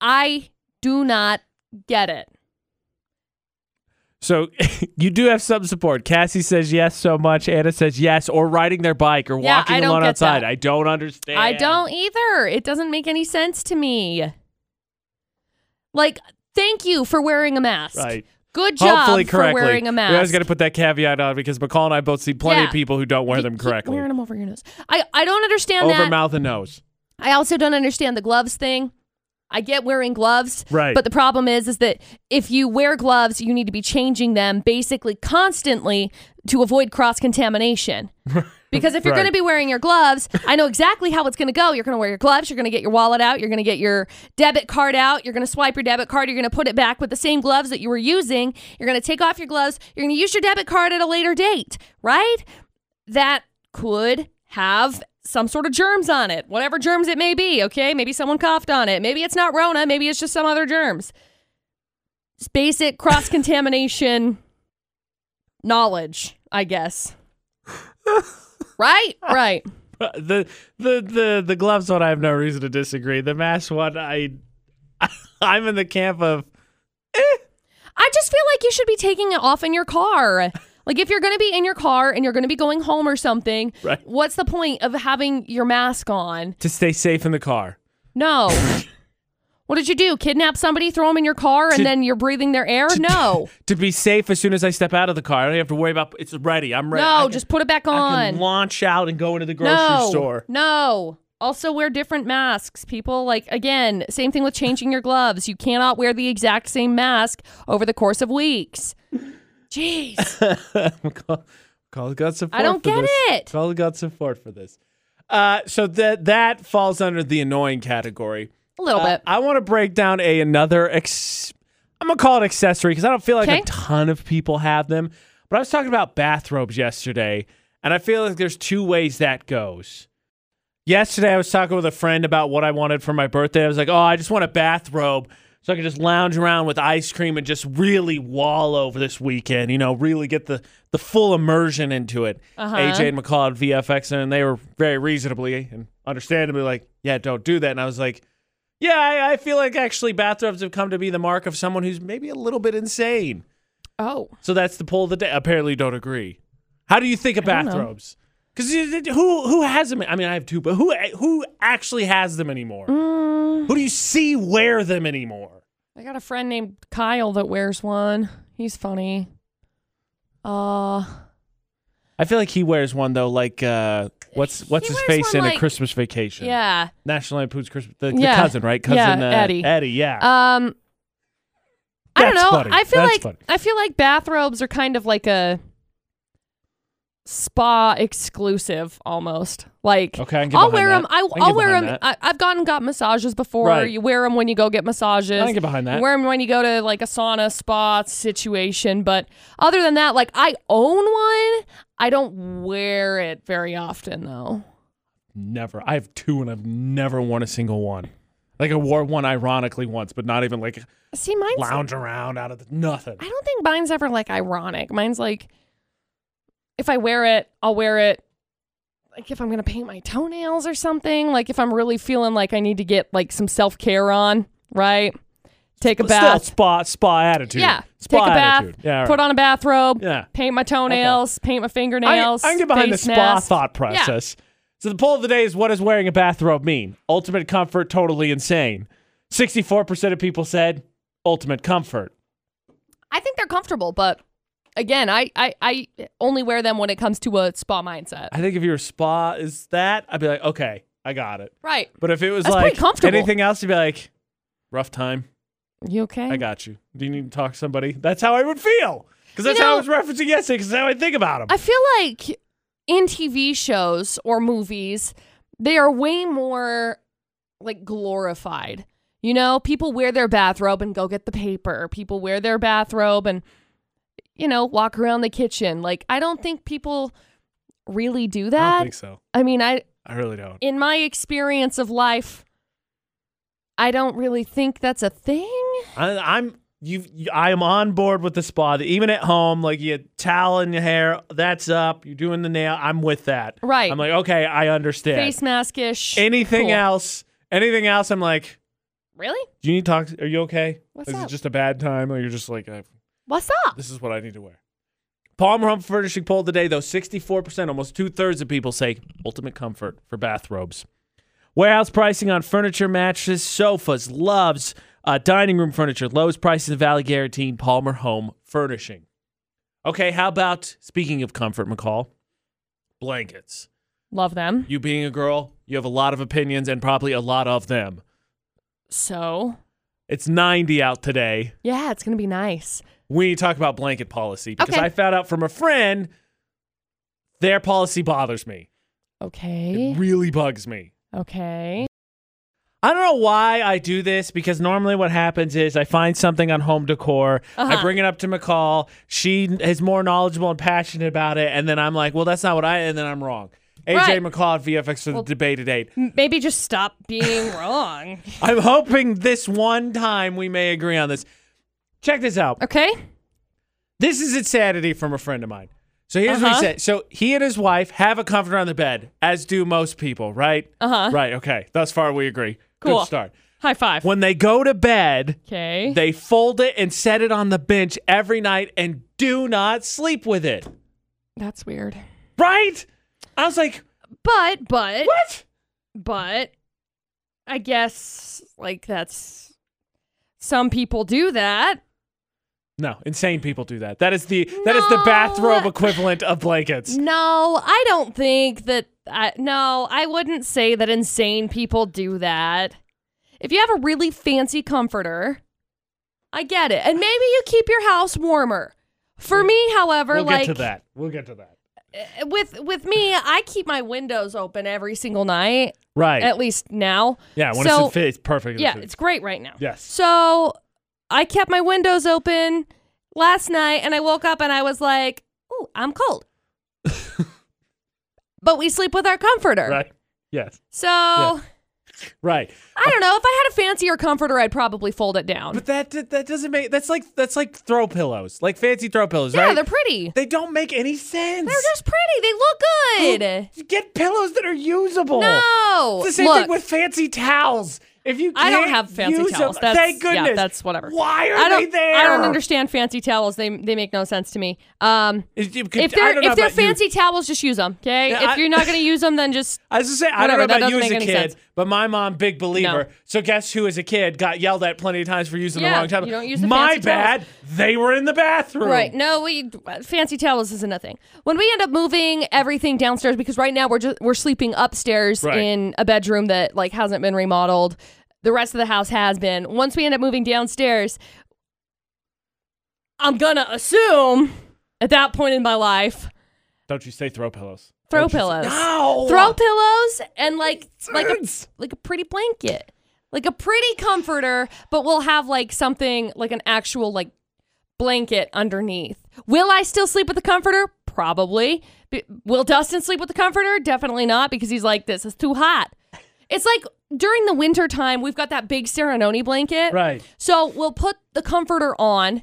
I do not get it. So you do have some support. Cassie says yes so much. Anna says yes, or riding their bike or Yeah, walking I don't alone get outside. that. I don't understand. I don't either. It doesn't make any sense to me. Like, thank you for wearing a mask. Right. Good job Hopefully for correctly. wearing a mask. We always got to put that caveat on because McCall and I both see plenty Yeah. of people who don't wear You them keep correctly. Wearing them over your nose. I, I don't understand Over that. mouth and nose. I also don't understand the gloves thing. I get wearing gloves, Right. but the problem is is that if you wear gloves, you need to be changing them basically constantly to avoid cross contamination. Because if you're Right. going to be wearing your gloves, I know exactly how it's going to go. You're going to wear your gloves, you're going to get your wallet out, you're going to get your debit card out, you're going to swipe your debit card, you're going to put it back with the same gloves that you were using. You're going to take off your gloves, you're going to use your debit card at a later date, right? that could have some sort of germs on it, whatever germs it may be, okay? Maybe someone coughed on it. Maybe it's not Rona. Maybe it's just some other germs. It's basic cross contamination knowledge, I guess. right? Right. Uh, the the the the gloves one I have no reason to disagree. The mask one I I'm in the camp of I just feel like you should be taking it off in your car. Like if you're going to be in your car and you're going to be going home or something, Right. what's the point of having your mask on? to stay safe in the car. No. what did you do? Kidnap somebody, throw them in your car, and To- then you're breathing their air? No. To be safe as soon as I step out of the car. I don't have to worry about it's ready. I'm ready. I No, can- just put it back I on. can launch out and go into the grocery no. store. No. Also wear different masks, people. Like again, same thing with changing your gloves. You cannot wear the exact same mask over the course of weeks. Jeez. McCall, McCall got support. I don't for get this. it. McCall got support for this. Uh, so that that falls under the annoying category. A little Uh, bit. I want to break down a another. Ex- I'm gonna call it accessory because I don't feel like Okay. a ton of people have them. But I was talking about bathrobes yesterday, and I feel like there's two ways that goes. Yesterday, I was talking with a friend about what I wanted for my birthday. I was like, "Oh, I just want a bathrobe." So I can just lounge around with ice cream and just really wallow for this weekend, you know, really get the, the full immersion into it. Uh-huh. AJ and McCall at VFX, and they were very reasonably and understandably like, yeah, don't do that. And I was like, yeah, I, I feel like actually bathrobes have come to be the mark of someone who's maybe a little bit insane. Oh. So that's the poll of the day. Apparently, you don't agree. How do you think of I don't know. bathrobes? Because who who has them? I mean, I have two, but who who actually has them anymore? Mm, Who do you see wear them anymore? I got a friend named Kyle that wears one. He's funny. Uh I feel like he wears one though. Like uh, what's what's He his wears face one, in like- a Christmas vacation? yeah. National Lampoon's Christmas. The, Yeah. the cousin, right? Yeah, Cousin uh, Eddie. Eddie, yeah. Um, I don't That's know. funny. I feel That's like funny. I feel like bathrobes are kind of like a spa exclusive almost. Like Okay, I can get I'll behind wear that. them. I, I can I'll get wear behind them. that. I, I've gone and got massages before. Right. You wear them when you go get massages. I can get behind that. You wear them when you go to like a sauna spa situation. But other than that, like I own one. I don't wear it very often though. Never. I have two and I've never worn a single one. Like I wore one ironically once, but not even like See, mine's. lounge around out of the nothing. I don't think mine's ever like ironic. Mine's like, if I wear it, I'll wear it. Like if I'm gonna paint my toenails or something. Like if I'm really feeling like I need to get like some self care on, right? Take a Still bath. spa spa attitude. Yeah, Spa take a bath. attitude. Yeah. all right. Put on a bathrobe. Yeah. Paint my toenails. Paint my fingernails. I, I can get behind the face spa mask. thought process. So the poll of the day is what does wearing a bathrobe mean? Ultimate comfort, totally insane. 64% of people said ultimate comfort. I think they're comfortable, but again, I, I I only wear them when it comes to a spa mindset. I think if your spa is that, I'd be like, okay, I got it. Right? But if it was That's pretty like comfortable. anything else, you'd be like, rough time. You okay? I got you. Do you need to talk to somebody? That's how I would feel. Because that's know- how I was referencing yesterday, because that's how I think about them. I feel like in TV shows or movies, they are way more like glorified. You know, people wear their bathrobe and go get the paper. People wear their bathrobe and you know, walk around the kitchen. Like I don't think people really do I don't that. think so. I mean, I I really don't. in my experience of life, I don't really think that's a thing. I, I'm you, you. I am on board with the spa. That even at home, like you towel in your hair, that's up. You're doing the nail. I'm with that. Right. I'm like, okay, I understand. Face mask ish. anything Cool. else? Anything else? I'm like, Really? do you need to talk? Are you okay? What's is up? it just a bad time, or you're just like, i What's up? this is what I need to wear. Palmer Hump Furnishing poll today, though, 64%, almost two thirds of people say ultimate comfort for bathrobes. Warehouse pricing on furniture, mattresses, sofas, loves, uh, dining room furniture, lowest prices in the Valley guaranteed, Palmer Home Furnishing. Okay, how about, speaking of comfort, McCall, blankets. Love them. You being a girl, you have a lot of opinions and probably a lot of them. So, It's 90 out today. yeah, it's going to be nice. we need to talk about blanket policy because Okay. I found out from a friend their policy bothers me. Okay. It really bugs me. Okay. I don't know why I do this because normally what happens is I find something on home decor, I Uh-huh. bring it up to McCall, she is more knowledgeable and passionate about it, and then I'm like, well, that's not what I, and then I'm wrong. AJ Right. McCall at VFX for the debate at eight. Maybe just stop being wrong. I'm hoping this one time we may agree on this. Check this out. Okay. This is insanity from a friend of mine. So here's what Uh-huh. he said. So he and his wife have a comforter on the bed, as do most people, right? Uh huh. Right. Okay. Thus far, we agree. Cool. Good start. High five. When they go to bed, Okay. they fold it and set it on the bench every night and do not sleep with it. That's weird. Right? I was like, But, but, what? but, I guess, like, that's. Some people do that. No, insane people do that. That is the that is the No. bathrobe equivalent of blankets. No, I don't think that. I, no, I wouldn't say that insane people do that. If you have a really fancy comforter, I get it. And maybe you keep your house warmer. For me, however, We'll like get Uh, to that. We'll get to that. with with me, I keep my windows open every single night. Right. At least now. yeah. When so- it's in fit, it's perfect. Yeah, it's great right now. Yes. So I kept my windows open last night, and I woke up and I was like, "Ooh, I'm cold." but we sleep with our comforter, right. Yes. so Right. I don't know. If I had a fancier comforter, I'd probably fold it down. But that that- that doesn't make that's like that's like throw pillows, like fancy throw pillows, yeah, right? they're pretty. they don't make any sense. They're just pretty. They look good. You get pillows that are usable. No, it's the same look, thing with fancy towels. If you can't I don't have fancy use towels. them- That's, thank goodness. Yeah, that's whatever. Why are I don't, they there? I don't understand fancy towels. They they make no sense to me. Um, If, you could- if I they're don't know if they're about you. fancy towels, just use them. Okay. Yeah, if I- you're not gonna use them, then just I was just saying, I don't Whatever, know that about you doesn't as a make any kid, sense. but my mom, big believer. So guess who, as a kid, got yelled at plenty of times for using the Yeah, wrong towel. you don't use the my fancy bad. towels. They were in the bathroom. right. No, we fancy towels isn't a thing. When we end up moving everything downstairs because right now we're just we're sleeping upstairs Right. in a bedroom that like hasn't been remodeled. The rest of the house has been. Once we end up moving downstairs, I'm gonna assume at that point in my life Don't you say throw pillows? Throw Don't you say- pillows. No. Throw pillows and like like a Dudes. like a pretty blanket. Like a pretty comforter, but we'll have like something like an actual like blanket underneath. Will I still sleep with the comforter? Probably. B- Will Dustin sleep with the comforter? Definitely not because he's like this is too hot. It's like during the winter time, we've got that big Serenoni blanket. Right. So we'll put the comforter on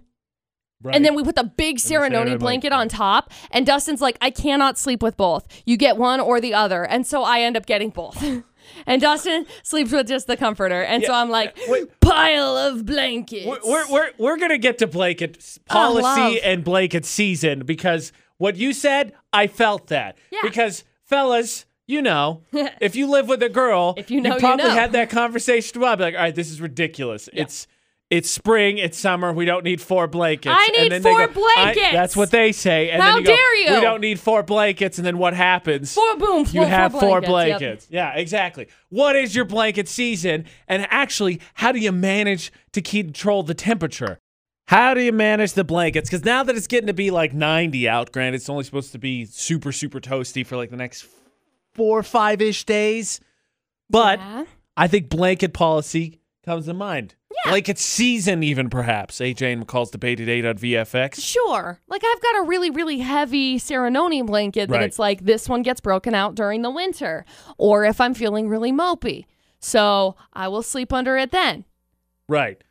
Right. and then we put the big Serenoni Serenoni blanket blanket. on top. And Dustin's like, I cannot sleep with both. You get one or the other. And so I end up getting both. and Dustin sleeps with just the comforter. And so I'm like, pile of blankets. We're- We're, we're, we're going to get to blanket s- policy Oh, love. and blanket season because what you said, I felt that. Yeah. Because, fellas, you know, if you live with a girl, If you know, you probably know. had that conversation. Well, I'd be like, all right, this is ridiculous. It's it's spring, it's summer, we don't need four blankets. I And need then they four go, I- blankets. that's what they say. And How then you go, dare you. We don't need four blankets. And then what happens? Four boom. you four- have four blankets. Yep. Yeah, exactly. What is your blanket season? And actually, how do you manage to control the temperature? How do you manage the blankets? Because now that it's getting to be like 90 out, granted, it's only supposed to be super, super toasty for like the next four or five ish days. But Yeah. I think blanket policy comes to mind. Blanket season, even perhaps. AJ and McCall's debate at 8 on VFX. Sure. Like I've got a really, really heavy Serenoni blanket that Right. it's like this one gets broken out during the winter or if I'm feeling really mopey. So I will sleep under it then. Right.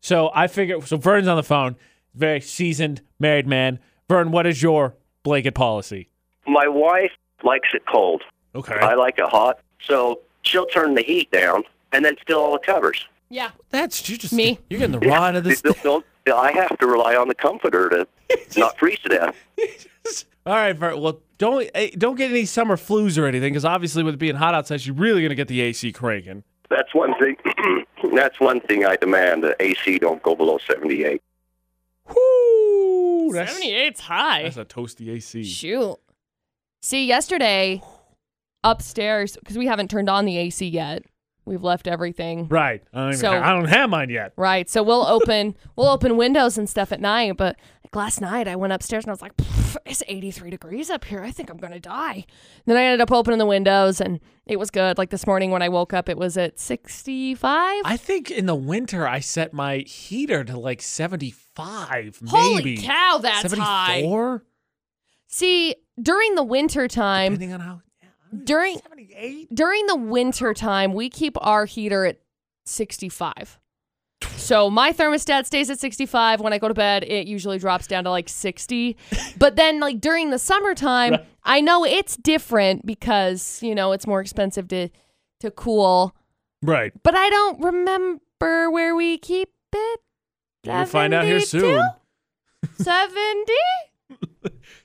So I figure. So Vern's on the phone, very seasoned married man. Vern, what is your blanket policy? My wife likes it cold. Okay. I like it hot. So she'll turn the heat down and then still all the covers. Yeah. That's you just Me. You're getting the raw end of this. Don't- don't- I have to rely on the comforter to not freeze to death. All right, Vern. Well, don't eh, don't get any summer flus or anything, because obviously with it being hot outside, you're really gonna get the AC cranking. That's one thing. that's one thing I demand. The AC don't go below 78. Whoo! That's, 78's high. that's a toasty AC. Shoot. See, yesterday upstairs, because we haven't turned on the AC yet, we've left everything. Right. I don't, even So- ha- I don't have mine yet. Right. So we'll open we'll open windows and stuff at night, but like last night I went upstairs and I was like, "Pff, it's 83 degrees up here. I think I'm going to die. Then I ended up opening the windows and it was good. Like this morning when I woke up it was at 65. I think in the winter I set my heater to like 75, Holy maybe. cow, that's high. 74? See, during the winter time, Depending on how. during 78? during the winter time, we keep our heater at 65. So my thermostat stays at 65. When I go to bed, it usually drops down to like 60. But then like during the summertime, Right. I know it's different because, you know, it's more expensive to to cool, Right. but I don't remember where we keep it. We'll find out here soon. 70?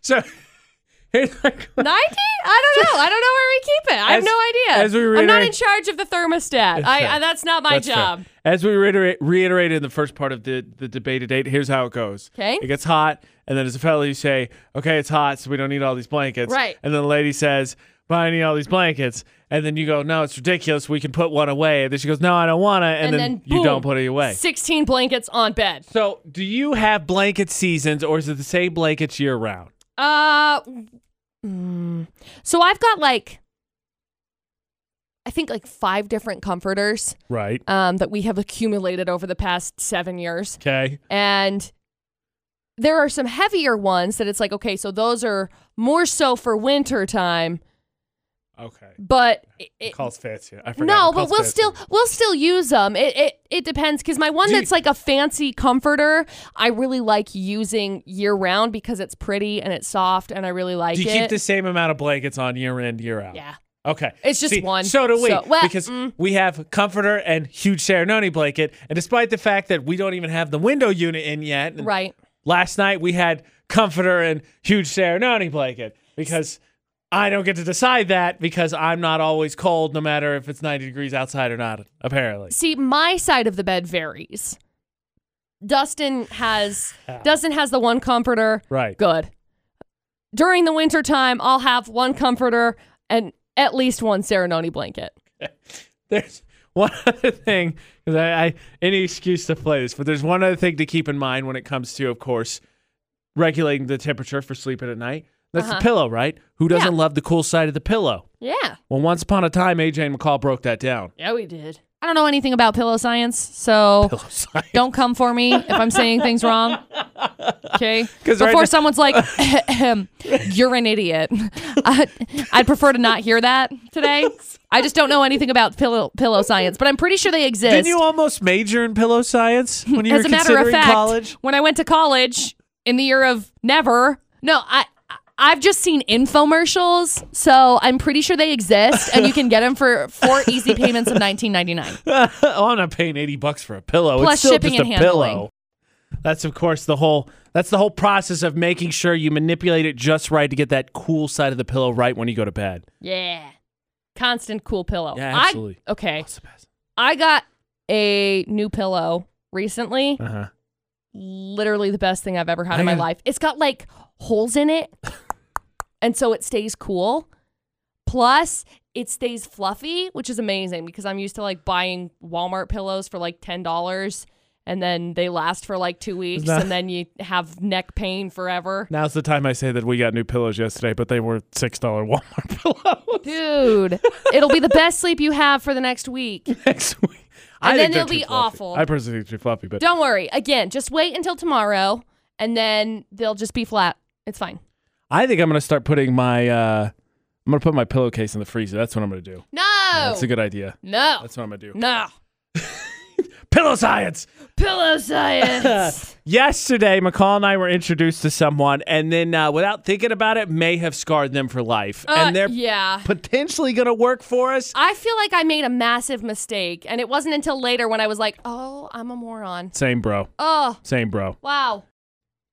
So, here's my que- 90? I don't know. I don't know where we keep it. I have As- no idea. as we I'm not reiterate- in charge of the thermostat. I, fair. I that's not my That's fair. job. As we reiterate, reiterated in the first part of the, the debate to date, here's how it goes. 'Kay. It gets hot, and then as a fella, you say, okay, it's hot, so we don't need all these blankets. Right. And then the lady says, but I need all these blankets. And then you go, no, it's ridiculous. We can put one away. And then she goes, no, I don't want to. And, And then, then, you boom. don't put it away. 16 blankets on bed. So, do you have blanket seasons, or is it the same blankets year round? Uh, mm, so I've got like, I think like five different comforters Right. um, that we have accumulated over the past seven years. Okay. And there are some heavier ones that it's like, okay, so those are more so for winter time, Okay. but it, it- Calls fancy. I forgot. no, but Calls we'll fancy. still we'll still use them. It it, it depends because my one Do you- that's like a fancy comforter, I really like using year round because it's pretty and it's soft and I really like Do you it. keep the same amount of blankets on year in, year out? yeah. Okay. It's just See, one. So do we. So- well, because mm. we have comforter and huge Serenoni blanket. And despite the fact that we don't even have the window unit in yet, and Right. last night we had comforter and huge Serenoni blanket because I don't get to decide that because I'm not always cold, no matter if it's 90 degrees outside or not, apparently. See, my side of the bed varies. Dustin has Dustin has the one comforter. Right. Good. During the winter time, I'll have one comforter and at least one Serenoni blanket. There's one other thing because I, I any excuse to play this, but there's one other thing to keep in mind when it comes to, of course, regulating the temperature for sleeping at night. That's the pillow, right? Who doesn't Uh-huh. Yeah. love the cool side of the pillow? Yeah. Well, once upon a time, AJ and McCall broke that down. Yeah, we did. I don't know anything about pillow science, so Pillow side. don't come for me if I'm saying things wrong. Okay? 'Cause Before right now- someone's like, you're an idiot. I, I'd prefer to not hear that today. I just don't know anything about pillow pillow science, but I'm pretty sure they exist. Didn't you almost major in pillow science when you As were a matter of considering fact, college? when I went to college in the year of never, no, I. I've just seen infomercials, so I'm pretty sure they exist, and you can get them for four easy payments of 19.99. oh, I'm not paying eighty bucks for a pillow. Plus it's still shipping just and a handling. pillow. That's of course the whole. That's the whole process of making sure you manipulate it just right to get that cool side of the pillow right when you go to bed. Yeah, constant cool pillow. Yeah, I- absolutely. okay, the best. I got a new pillow recently. Uh huh. Literally the best thing I've ever had in I my got- life. It's got like holes in it, and so it stays cool. Plus, it stays fluffy, which is amazing because I'm used to like buying Walmart pillows for like ten dollars. And then they last for like two weeks, that- and then you have neck pain forever. Now's the time I say that we got new pillows yesterday, but they were six dollar Walmart pillows Dude, it'll be the best sleep you have for the next week. next week. I And think then they're it'll too be fluffy. awful. I personally think they're too fluffy, but Don't worry. Again, just wait until tomorrow and then they'll just be flat. It's fine. I think I'm gonna start putting my. uh I'm gonna put my pillowcase in the freezer. That's what I'm gonna do. No. That's a good idea. no. That's what I'm gonna do. Oh. no. Pillow science. Pillow science. Yesterday, McCall and I were introduced to someone, and then uh, without thinking about it, may have scarred them for life. Uh, and they're yeah. potentially going to work for us. I feel like I made a massive mistake and it wasn't until later when I was like, "Oh, I'm a moron." Same, bro. Oh, Same, bro. wow.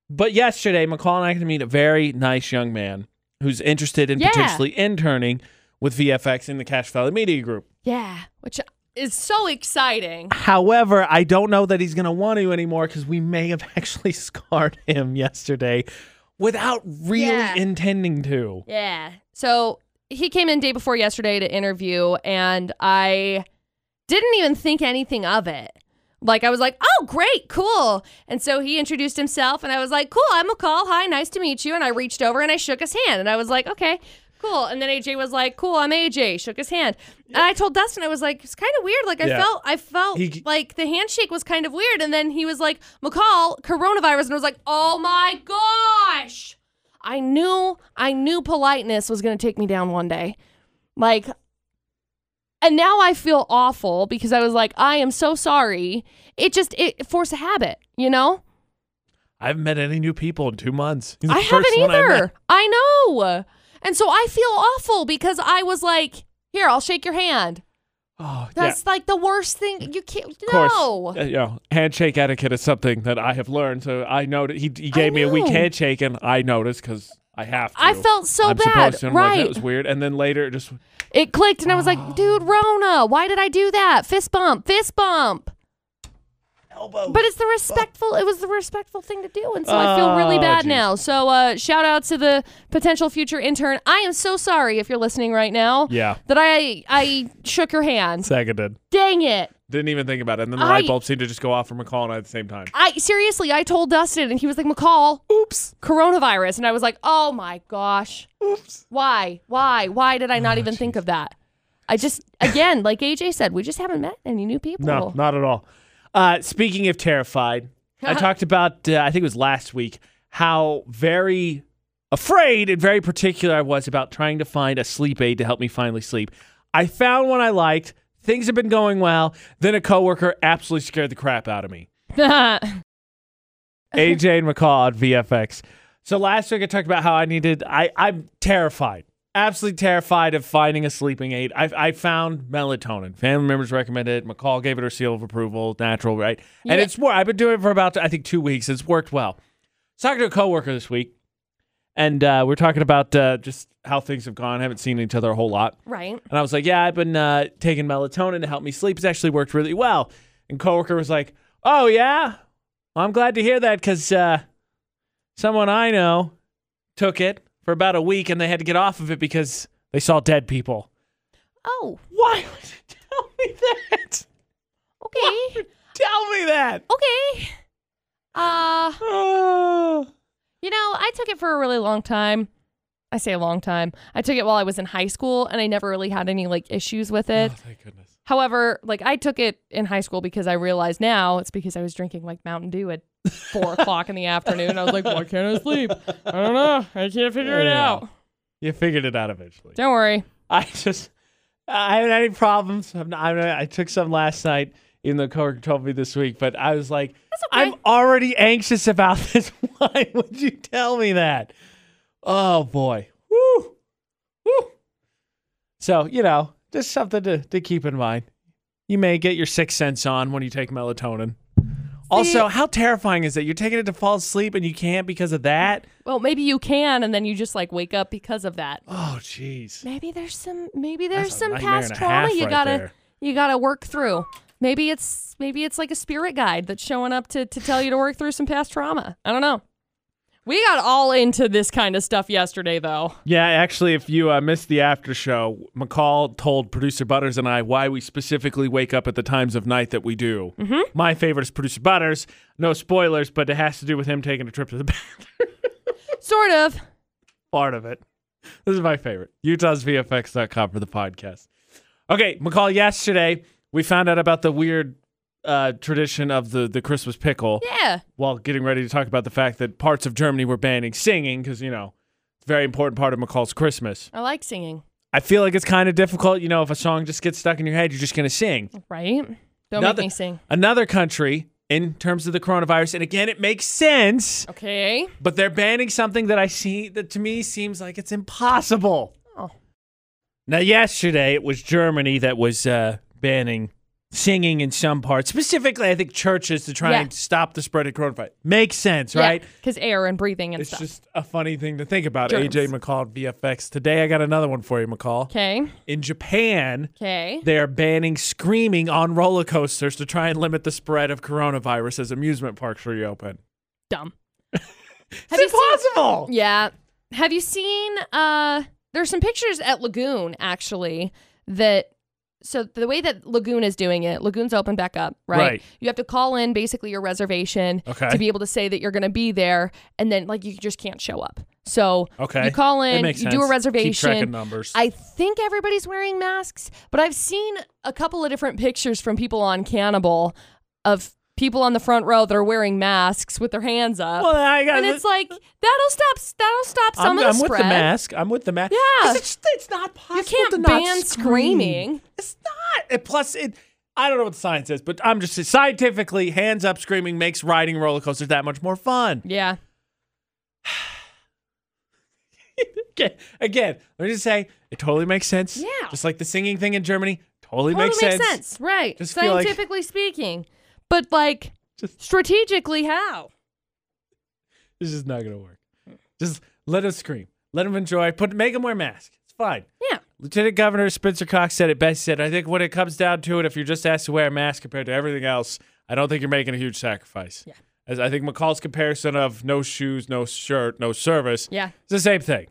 But yesterday, McCall and I got to meet a very nice young man who's interested in Yeah. potentially interning with VFX in the Cash Valley Media Group. Yeah, which is so exciting. However, I don't know that he's going to want to anymore because we may have actually scarred him yesterday without really Yeah. intending to. Yeah. So he came in day before yesterday to interview, and I didn't even think anything of it. Like I was like, oh great, cool. And so he introduced himself, and I was like, cool, I'm McCall. Hi, nice to meet you. And I reached over and I shook his hand, and I was like, okay. Cool. And then AJ was like, "Cool, I'm AJ." Shook his hand, and I told Dustin, I was like, "It's kind of weird. Like I Yeah. felt, I felt He- like the handshake was kind of weird." And then he was like, "McCall, coronavirus," and I was like, "Oh my gosh!" I knew I knew politeness was going to take me down one day. Like and now I feel awful because I was like I am so sorry. It just it forced a habit, you know? I haven't met any new people in two months. He's the I first haven't one I met. either. I, know. And so I feel awful because I was like, here, I'll shake your hand. Oh, yeah. That's like the worst thing you can't Of course. no. Uh, you know, handshake etiquette is something that I have learned. So I know he, he gave me a weak know. handshake, and I noticed because I have to. I felt so I'm bad. Supposed to, and I'm like, right. that was weird. And then later, it just it clicked and I was like, dude, Rona, why did I do that? Fist bump, fist bump. elbow. But it's the respectful. It was the respectful thing to do, and so I feel really Oh, bad geez. now. So uh, shout out to the potential future intern. I am so sorry if you're listening right now yeah, that I I shook your hand. seconded. Dang it! Didn't even think about it. And then the I- light bulb seemed to just go off for McCall and I at the same time. I seriously, I told Dustin, and he was like, "McCall, oops, coronavirus," and I was like, "Oh my gosh, oops, why, why, why did I Oh, not even think of that?" I just again, like AJ said, we just haven't met any new people. No, not at all. Uh, speaking of terrified, I talked about, uh, I think it was last week, how very afraid and very particular I was about trying to find a sleep aid to help me finally sleep. I found one I liked. Things have been going well. Then a coworker absolutely scared the crap out of me. AJ and McCall on VFX. So last week I talked about how I needed. I I'm terrified, absolutely terrified of finding a sleeping aid. I I found melatonin. Family members recommended it. McCall gave it her seal of approval. Natural, right? And Yeah. it's wor I've been doing it for about I think two weeks. It's worked well. I was talking to a coworker this week, and uh, we we're talking about uh, just how things have gone. haven't seen each other a whole lot. right? And I was like, yeah, I've been uh, taking melatonin to help me sleep. It's actually worked really well. And coworker was like, oh, yeah? Well, I'm glad to hear that because uh, someone I know took it for about a week and they had to get off of it because they saw dead people. Oh, Why would you tell me that? okay, Tell me that. okay. Uh, Oh. Ah. You know, I took it for a really long time. I say a long time. I took it while I was in high school and I never really had any like issues with it. Oh, thank goodness. However, like I took it in high school because I realized now it's because I was drinking like Mountain Dew at four o'clock in the afternoon. I was like, why can't I sleep? I don't know. I can't figure it Yeah. out. You figured it out eventually. Don't worry. I just, I haven't had any problems. I'm not, I'm not- I took some last night, even though coworker told me this week, but I was like, okay. I'm already anxious about this. Why would you tell me that? Oh boy. Woo. Woo. So, you know, just something to, to keep in mind. You may get your sixth sense on when you take melatonin. Also, how terrifying is that? You're taking it to fall asleep and you can't because of that? Well, maybe you can, and then you just like wake up because of that. Oh, jeez. Maybe there's some. Maybe That's there's a some nightmare past and a trauma half you right gotta there. you gotta work through. Maybe it's maybe it's like a spirit guide that's showing up to to tell you to work through some past trauma. I don't know. We got all into this kind of stuff yesterday, though. Yeah, actually, if you uh, missed the after show, McCall told producer Butters and I why we specifically wake up at the times of night that we do. Mm-hmm. My favorite is producer Butters. No spoilers, but it has to do with him taking a trip to the bathroom. Sort of. Part of it. This is my favorite. Utah's VFX.com for the podcast. Okay, McCall, yesterday we found out about the weird uh, tradition of the, the Christmas pickle Yeah. while getting ready to talk about the fact that parts of Germany were banning singing because, you know, it's a very important part of McCall's Christmas. I like singing. I feel like it's kind of difficult. You know, if a song just gets stuck in your head, you're just going to sing. Right? Don't Another- make me sing. Another country, in terms of the coronavirus, and again, it makes sense, Okay. but they're banning something that I see that to me seems like it's impossible. Oh. Now, yesterday, it was Germany that was uh, banning singing in some parts, specifically, I think churches to try Yeah. and stop the spread of coronavirus. Makes sense, right? Because air and breathing and It's stuff. just a funny thing to think about. Germs. AJ McCall at VFX. Today, I got another one for you, McCall. Okay. In Japan, Okay. they are banning screaming on roller coasters to try and limit the spread of coronavirus as amusement parks reopen. Dumb. Have you It's seen- impossible. Yeah. Have you seen uh there's some pictures at Lagoon actually that so the way that Lagoon is doing it, Lagoon's open back up, right? Right. You have to call in basically your reservation Okay. to be able to say that you're going to be there and then like you just can't show up. So okay. you call That in, you makes do a sense. Keep track of reservation. numbers. I think everybody's wearing masks, but I've seen a couple of different pictures from people on Cannibal of people on the front row that are wearing masks with their hands up well, I got. and it's like that'll stop that'll stop some I'm, of the I'm spread. with the mask. I'm with the mask. Yeah. 'Cause It's, it's not possible. You can't to not ban scream. screaming. It's not. And plus, it. I don't know what the science is, but I'm just scientifically, hands up screaming makes riding roller coasters that much more fun. Yeah. Okay. Again, let me just say, it totally makes sense. Yeah. Just like the singing thing in Germany, totally, Totally makes, makes sense. Right. Just feel like- Scientifically speaking. But like Just- strategically how? This is not gonna work. Just let them scream. Let them enjoy. Put make them wear masks. It's fine. Yeah. Lieutenant Governor Spencer Cox said it best. He Said I think when it comes down to it, if you're just asked to wear a mask compared to everything else, I don't think you're making a huge sacrifice. Yeah. As I think McCall's comparison of no shoes, no shirt, no service, Yeah. it's the same thing.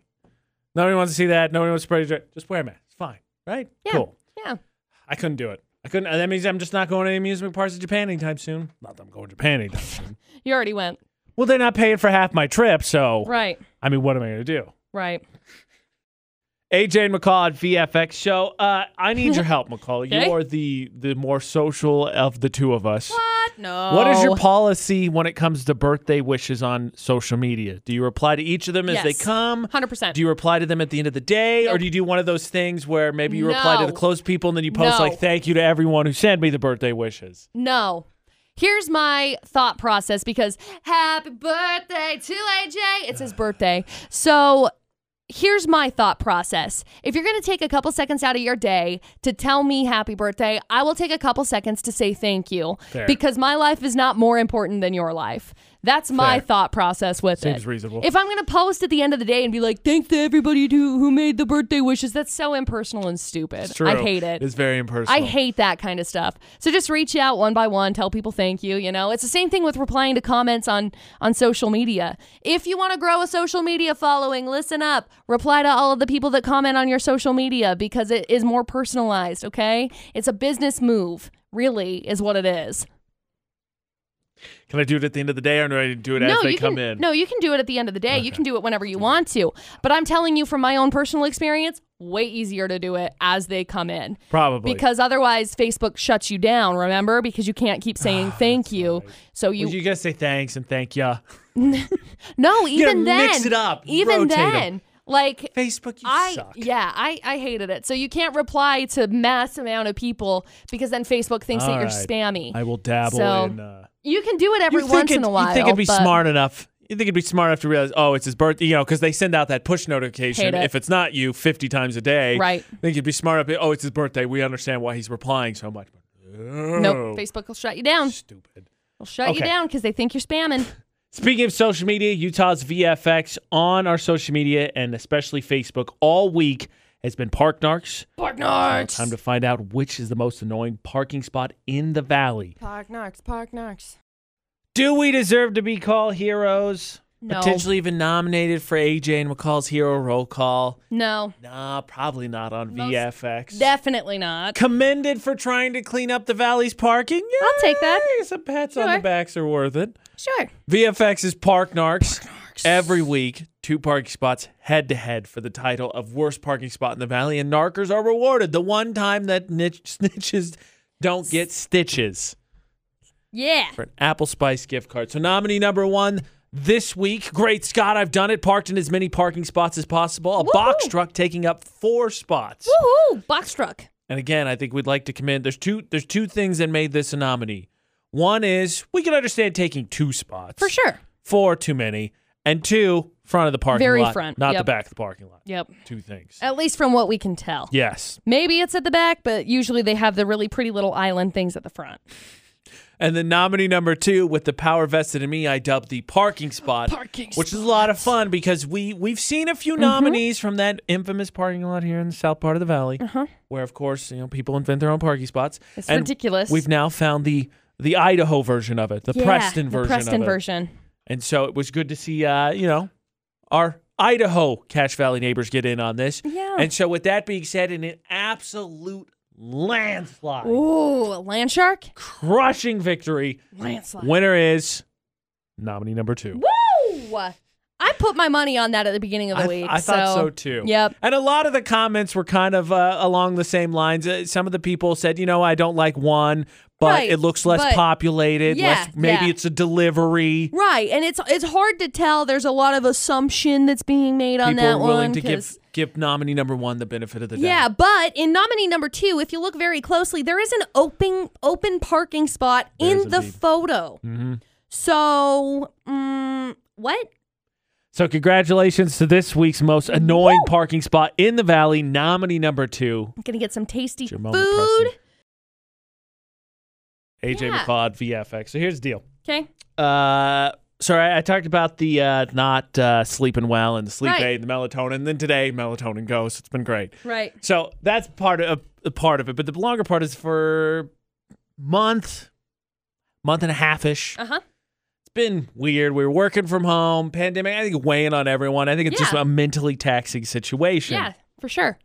Nobody wants to see that. Nobody wants to spread it. Just wear a mask. It's fine. Right? Yeah. Cool. Yeah. I couldn't do it. I couldn't. That means I'm just not going to any amusement parks in Japan anytime soon. Not that I'm going to Japan anytime soon. You already went. Well, they're not paying for half my trip, so Right. I mean, what am I going to do? Right. AJ and McCall at VFX show. Uh, I need your help, McCall. Okay. You are the the more social of the two of us. What? No. What is your policy when it comes to birthday wishes on social media? Do you reply to each of them as they Yes. come? 100%. Do you reply to them at the end of the day, or Nope. do you do one of those things where maybe you reply to No. the close people and then you post No. like "Thank you to everyone who sent me the birthday wishes"? No. Here's my thought process because happy birthday to AJ. It's his birthday. So here's my thought process. If you're going to take a couple seconds out of your day to tell me happy birthday, I will take a couple seconds to say thank you Fair. because my life is not more important than your life. That's my Fair. thought process with it. Seems reasonable. If I'm going to post at the end of the day and be like, thanks to everybody who, who made the birthday wishes, that's so impersonal and stupid. I hate it. It's very impersonal. I hate that kind of stuff. So just reach out one by one, tell people thank you. You know, it's the same thing with replying to comments on on social media. If you want to grow a social media following, listen up. Reply to all of the people that comment on your social media because it is more personalized. Okay, it's a business move. Really, is what it is. Can I do it at the end of the day, or do I do it as they you come can, in? No, you can do it at the end of the day. You can do it whenever you want to. But I'm telling you from my own personal experience, way easier to do it as they come in. Probably. Because otherwise Facebook shuts you down, remember? Because you can't keep saying Ah, thank you. So you, Well, you guys say thanks and thank ya. No, gotta even then. mix it up, Even rotate 'em. then. Like Facebook, you I suck. yeah, I I hated it. So you can't reply to mass amount of people because then Facebook thinks All that you're right. spammy. I will dabble So, in. Uh, you can do it every you once think in it- a while. You think it'd be but- smart enough? You think it'd be smart enough to realize, oh, it's his birthday, you know, because they send out that push notification. Hate it. If it's not you, fifty times a day, Right. I think you'd be smart enough. to- Oh, it's his birthday. We understand why he's replying so much. But, Nope, Facebook will shut you down. Stupid. They'll shut Okay. you down because they think you're spamming. Speaking of social media, Utah's VFX on our social media and especially Facebook all week has been Park Narks. Park It's time to find out which is the most annoying parking spot in the valley. Park Narks. Park Narks. Do we deserve to be called heroes? No. Potentially even nominated for AJ and McCall's hero roll call. No. Nah, probably not on Most VFX. Definitely not. Commended for trying to clean up the valley's parking. I'll take that. Yay, Some pats on the Sure. backs are worth it. Sure. VFX is Park Narks. Every week, two parking spots head to head for the title of worst parking spot in the valley, and narkers are rewarded. The one time that nitch- snitches don't get stitches Yeah. for an apple spice gift card. So nominee number one this week. Great Scott, I've done it. Parked in as many parking spots as possible. A box Woohoo. truck taking up four spots. Woohoo! Box truck. And again, I think we'd like to commend. There's two. There's two things that made this a nominee. One is we can understand taking two spots For sure. Four too many, and two front of the parking Very lot, front, not the yep. back of the parking lot. Yep. Two things. At least from what we can tell. Yes, Maybe it's at the back, but usually they have the really pretty little island things at the front. and then nominee number two with the power vested in me, I dubbed the parking spot, Parking which is a lot of fun because we we've seen a Mm-hmm. few nominees from that infamous parking lot here in the south part of the valley, where of course you know people invent their own parking spots. Uh-huh. It's And ridiculous. We've now found the the Idaho version of it, the Yeah, Preston version The Preston of it. version. And so it was good to see, uh, you know, our Idaho Cache Valley neighbors get in on this. Yeah. And so, with that being said, in an absolute landslide, Ooh, land shark? crushing victory, Landslide. winner is nominee number two. Woo! I put my money on that at the beginning of the I, week. I thought so too. Yep. And a lot of the comments were kind of uh, along the same lines. Uh, some of the people said, you know, I don't like one, but Right, it looks less but- populated. Yeah, less, maybe yeah. it's a delivery. Right, and it's it's hard to tell. There's a lot of assumption that's being made on people that are willing one. to 'cause- give give nominee number one the benefit of the doubt. yeah, but in nominee number two, if you look very closely, there is an open open parking spot There is in the indeed. photo. Mhm. So, mm, what? So congratulations to this week's most annoying parking spot in the valley, nominee number two, I'm gonna get some tasty Your moment, food. AJ Yeah. McLeod VFX. So here's the deal. Okay, Uh, sorry, I, I talked about the uh, not uh, sleeping well and the sleep Right. aid, and the melatonin. And then today, melatonin goes. It's been great. right. So that's part of a part of it. But the longer part is for month, month and a half ish. Uh huh. It's been weird. We were working from home, pandemic. I think weighing on everyone. I think it's just Yeah. a mentally taxing situation. Yeah, for sure.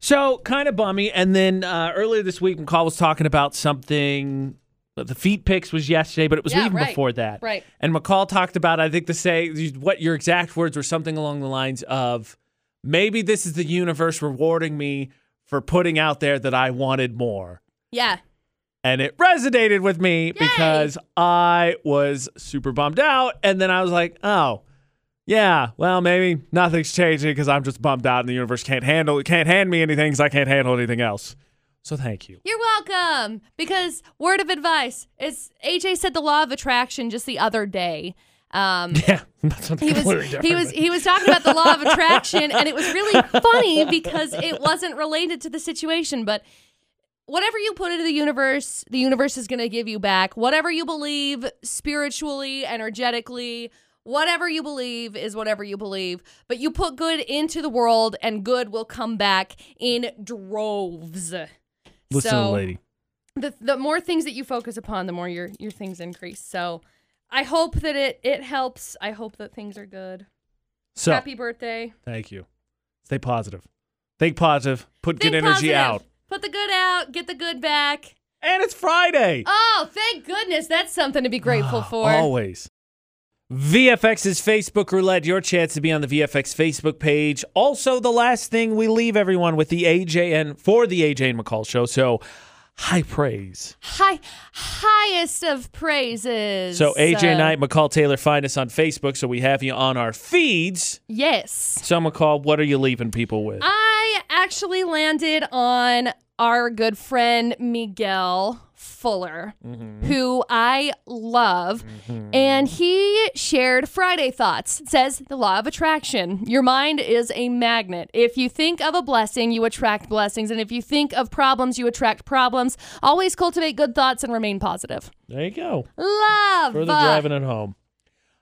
So kind of bummy. And then uh, earlier this week, McCall was talking about something. but The feet picks was yesterday, but it was Yeah, even right, before that. right. And McCall talked about, I think, the say what your exact words were something along the lines of, maybe this is the universe rewarding me for putting out there that I wanted more. Yeah. And it resonated with me because I was super bummed out. And then I was like, oh, yeah, well, maybe nothing's changing because I'm just bummed out and the universe can't handle it, can't hand me anything because I can't handle anything else. So thank you. You're welcome. Because word of advice is AJ said the law of attraction just the other day. Um, Yeah, that's something he completely was different. he was he was talking about the law of attraction, and it was really funny because it wasn't related to the situation, but. Whatever you put into the universe, the universe is going to give you back. Whatever you believe spiritually, energetically, whatever you believe is whatever you believe. But you put good into the world, and good will come back in droves. Listen, to the so, lady. the the more things that you focus upon, the more your your things increase. So I hope that it it helps. I hope that things are good. So Happy birthday. thank you. Stay positive. Think positive. Put good Think energy positive. out. Put the good out. Get the good back. And it's Friday. Oh, thank goodness. That's something to be grateful for. Ah, Always. VFX's Facebook roulette, your chance to be on the VFX Facebook page. Also, the last thing we leave everyone with the AJN for the AJ and McCall show. So, high praise. High, highest of praises. So, AJ Uh, Knight, McCall Taylor, find us on Facebook. So, we have you on our feeds. Yes. So, McCall, what are you leaving people with? I actually landed on our good friend Miguel Fuller, Mm-hmm. who I love. And he shared Friday thoughts. It says the law of attraction. Your mind is a magnet. If you think of a blessing, you attract blessings. And if you think of problems, you attract problems. Always cultivate good thoughts and remain positive. There you go. Love. Further driving it home.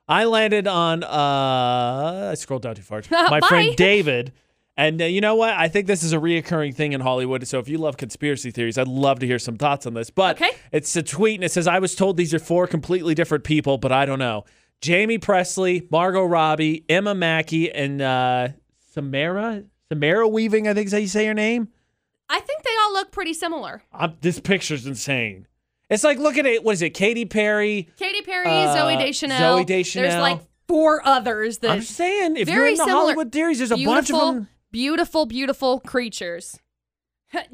I landed on. uh I scrolled down too far. My Bye. friend David. And uh, you know what? I think this is a reoccurring thing in Hollywood. So if you love conspiracy theories, I'd love to hear some thoughts on this. But Okay. it's a tweet and it says, I was told these are four completely different people, but I don't know. Jamie Presley, Margot Robbie, Emma Mackey, and uh, Samara? Samara Weaving, I think is how you say your name. I think they all look pretty similar. I'm, this picture's insane. It's like, look at it. What is it? Katy Perry, Katy Perry, Uh, Zoe Deschanel. Zoe Deschanel. There's like four others that I'm saying if you're very in the similar- Hollywood theories, there's a bunch of beautiful, them. beautiful, beautiful creatures.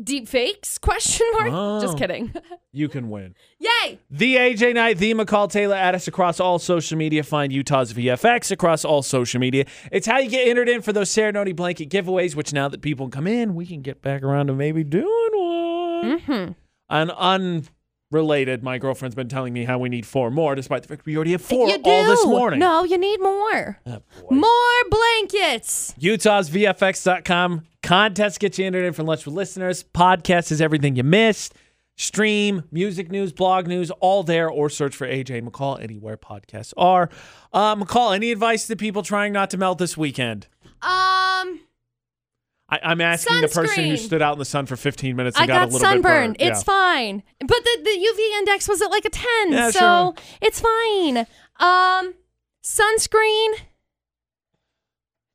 Deep fakes? Question mark. Oh. Just kidding. You can win. Yay! The AJ Knight, the McCall Taylor, at us across all social media. Find Utah's VFX across all social media. It's how you get entered in for those Serenoni blanket giveaways, which now that people come in, we can get back around to maybe doing one. Mm-hmm. An unrelated, my girlfriend's been telling me how we need four more, despite the fact we already have four all this morning. No, you need more. Oh, boy. More blankets. Utah's VFX.com. Contest gets you entered in for lunch with listeners. Podcast is everything you missed. Stream, music news, blog news, all there, or search for AJ McCall anywhere podcasts are. Uh, McCall, any advice to people trying not to melt this weekend? Um, I, I'm asking the person who Sunscreen. stood out in the sun for 15 minutes and I got, a little sunburned. bit burned. It's fine, but the, the UV index was at like a ten, Yeah, so it's fine. Um, sunscreen.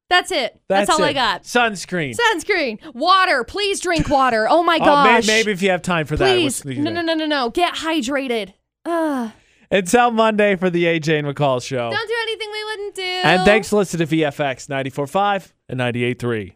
That's it. That's, all I it. got. Sunscreen. Sunscreen, water. Please drink water. Oh my Oh, may- gosh. maybe if you have time for that. we'll Please. sneak it no, in. no, no, no, no. Get hydrated. Ugh. Until Monday for the AJ and McCall show. Don't do anything we wouldn't do. And thanks for listening to VFX 94.5 and 98.3.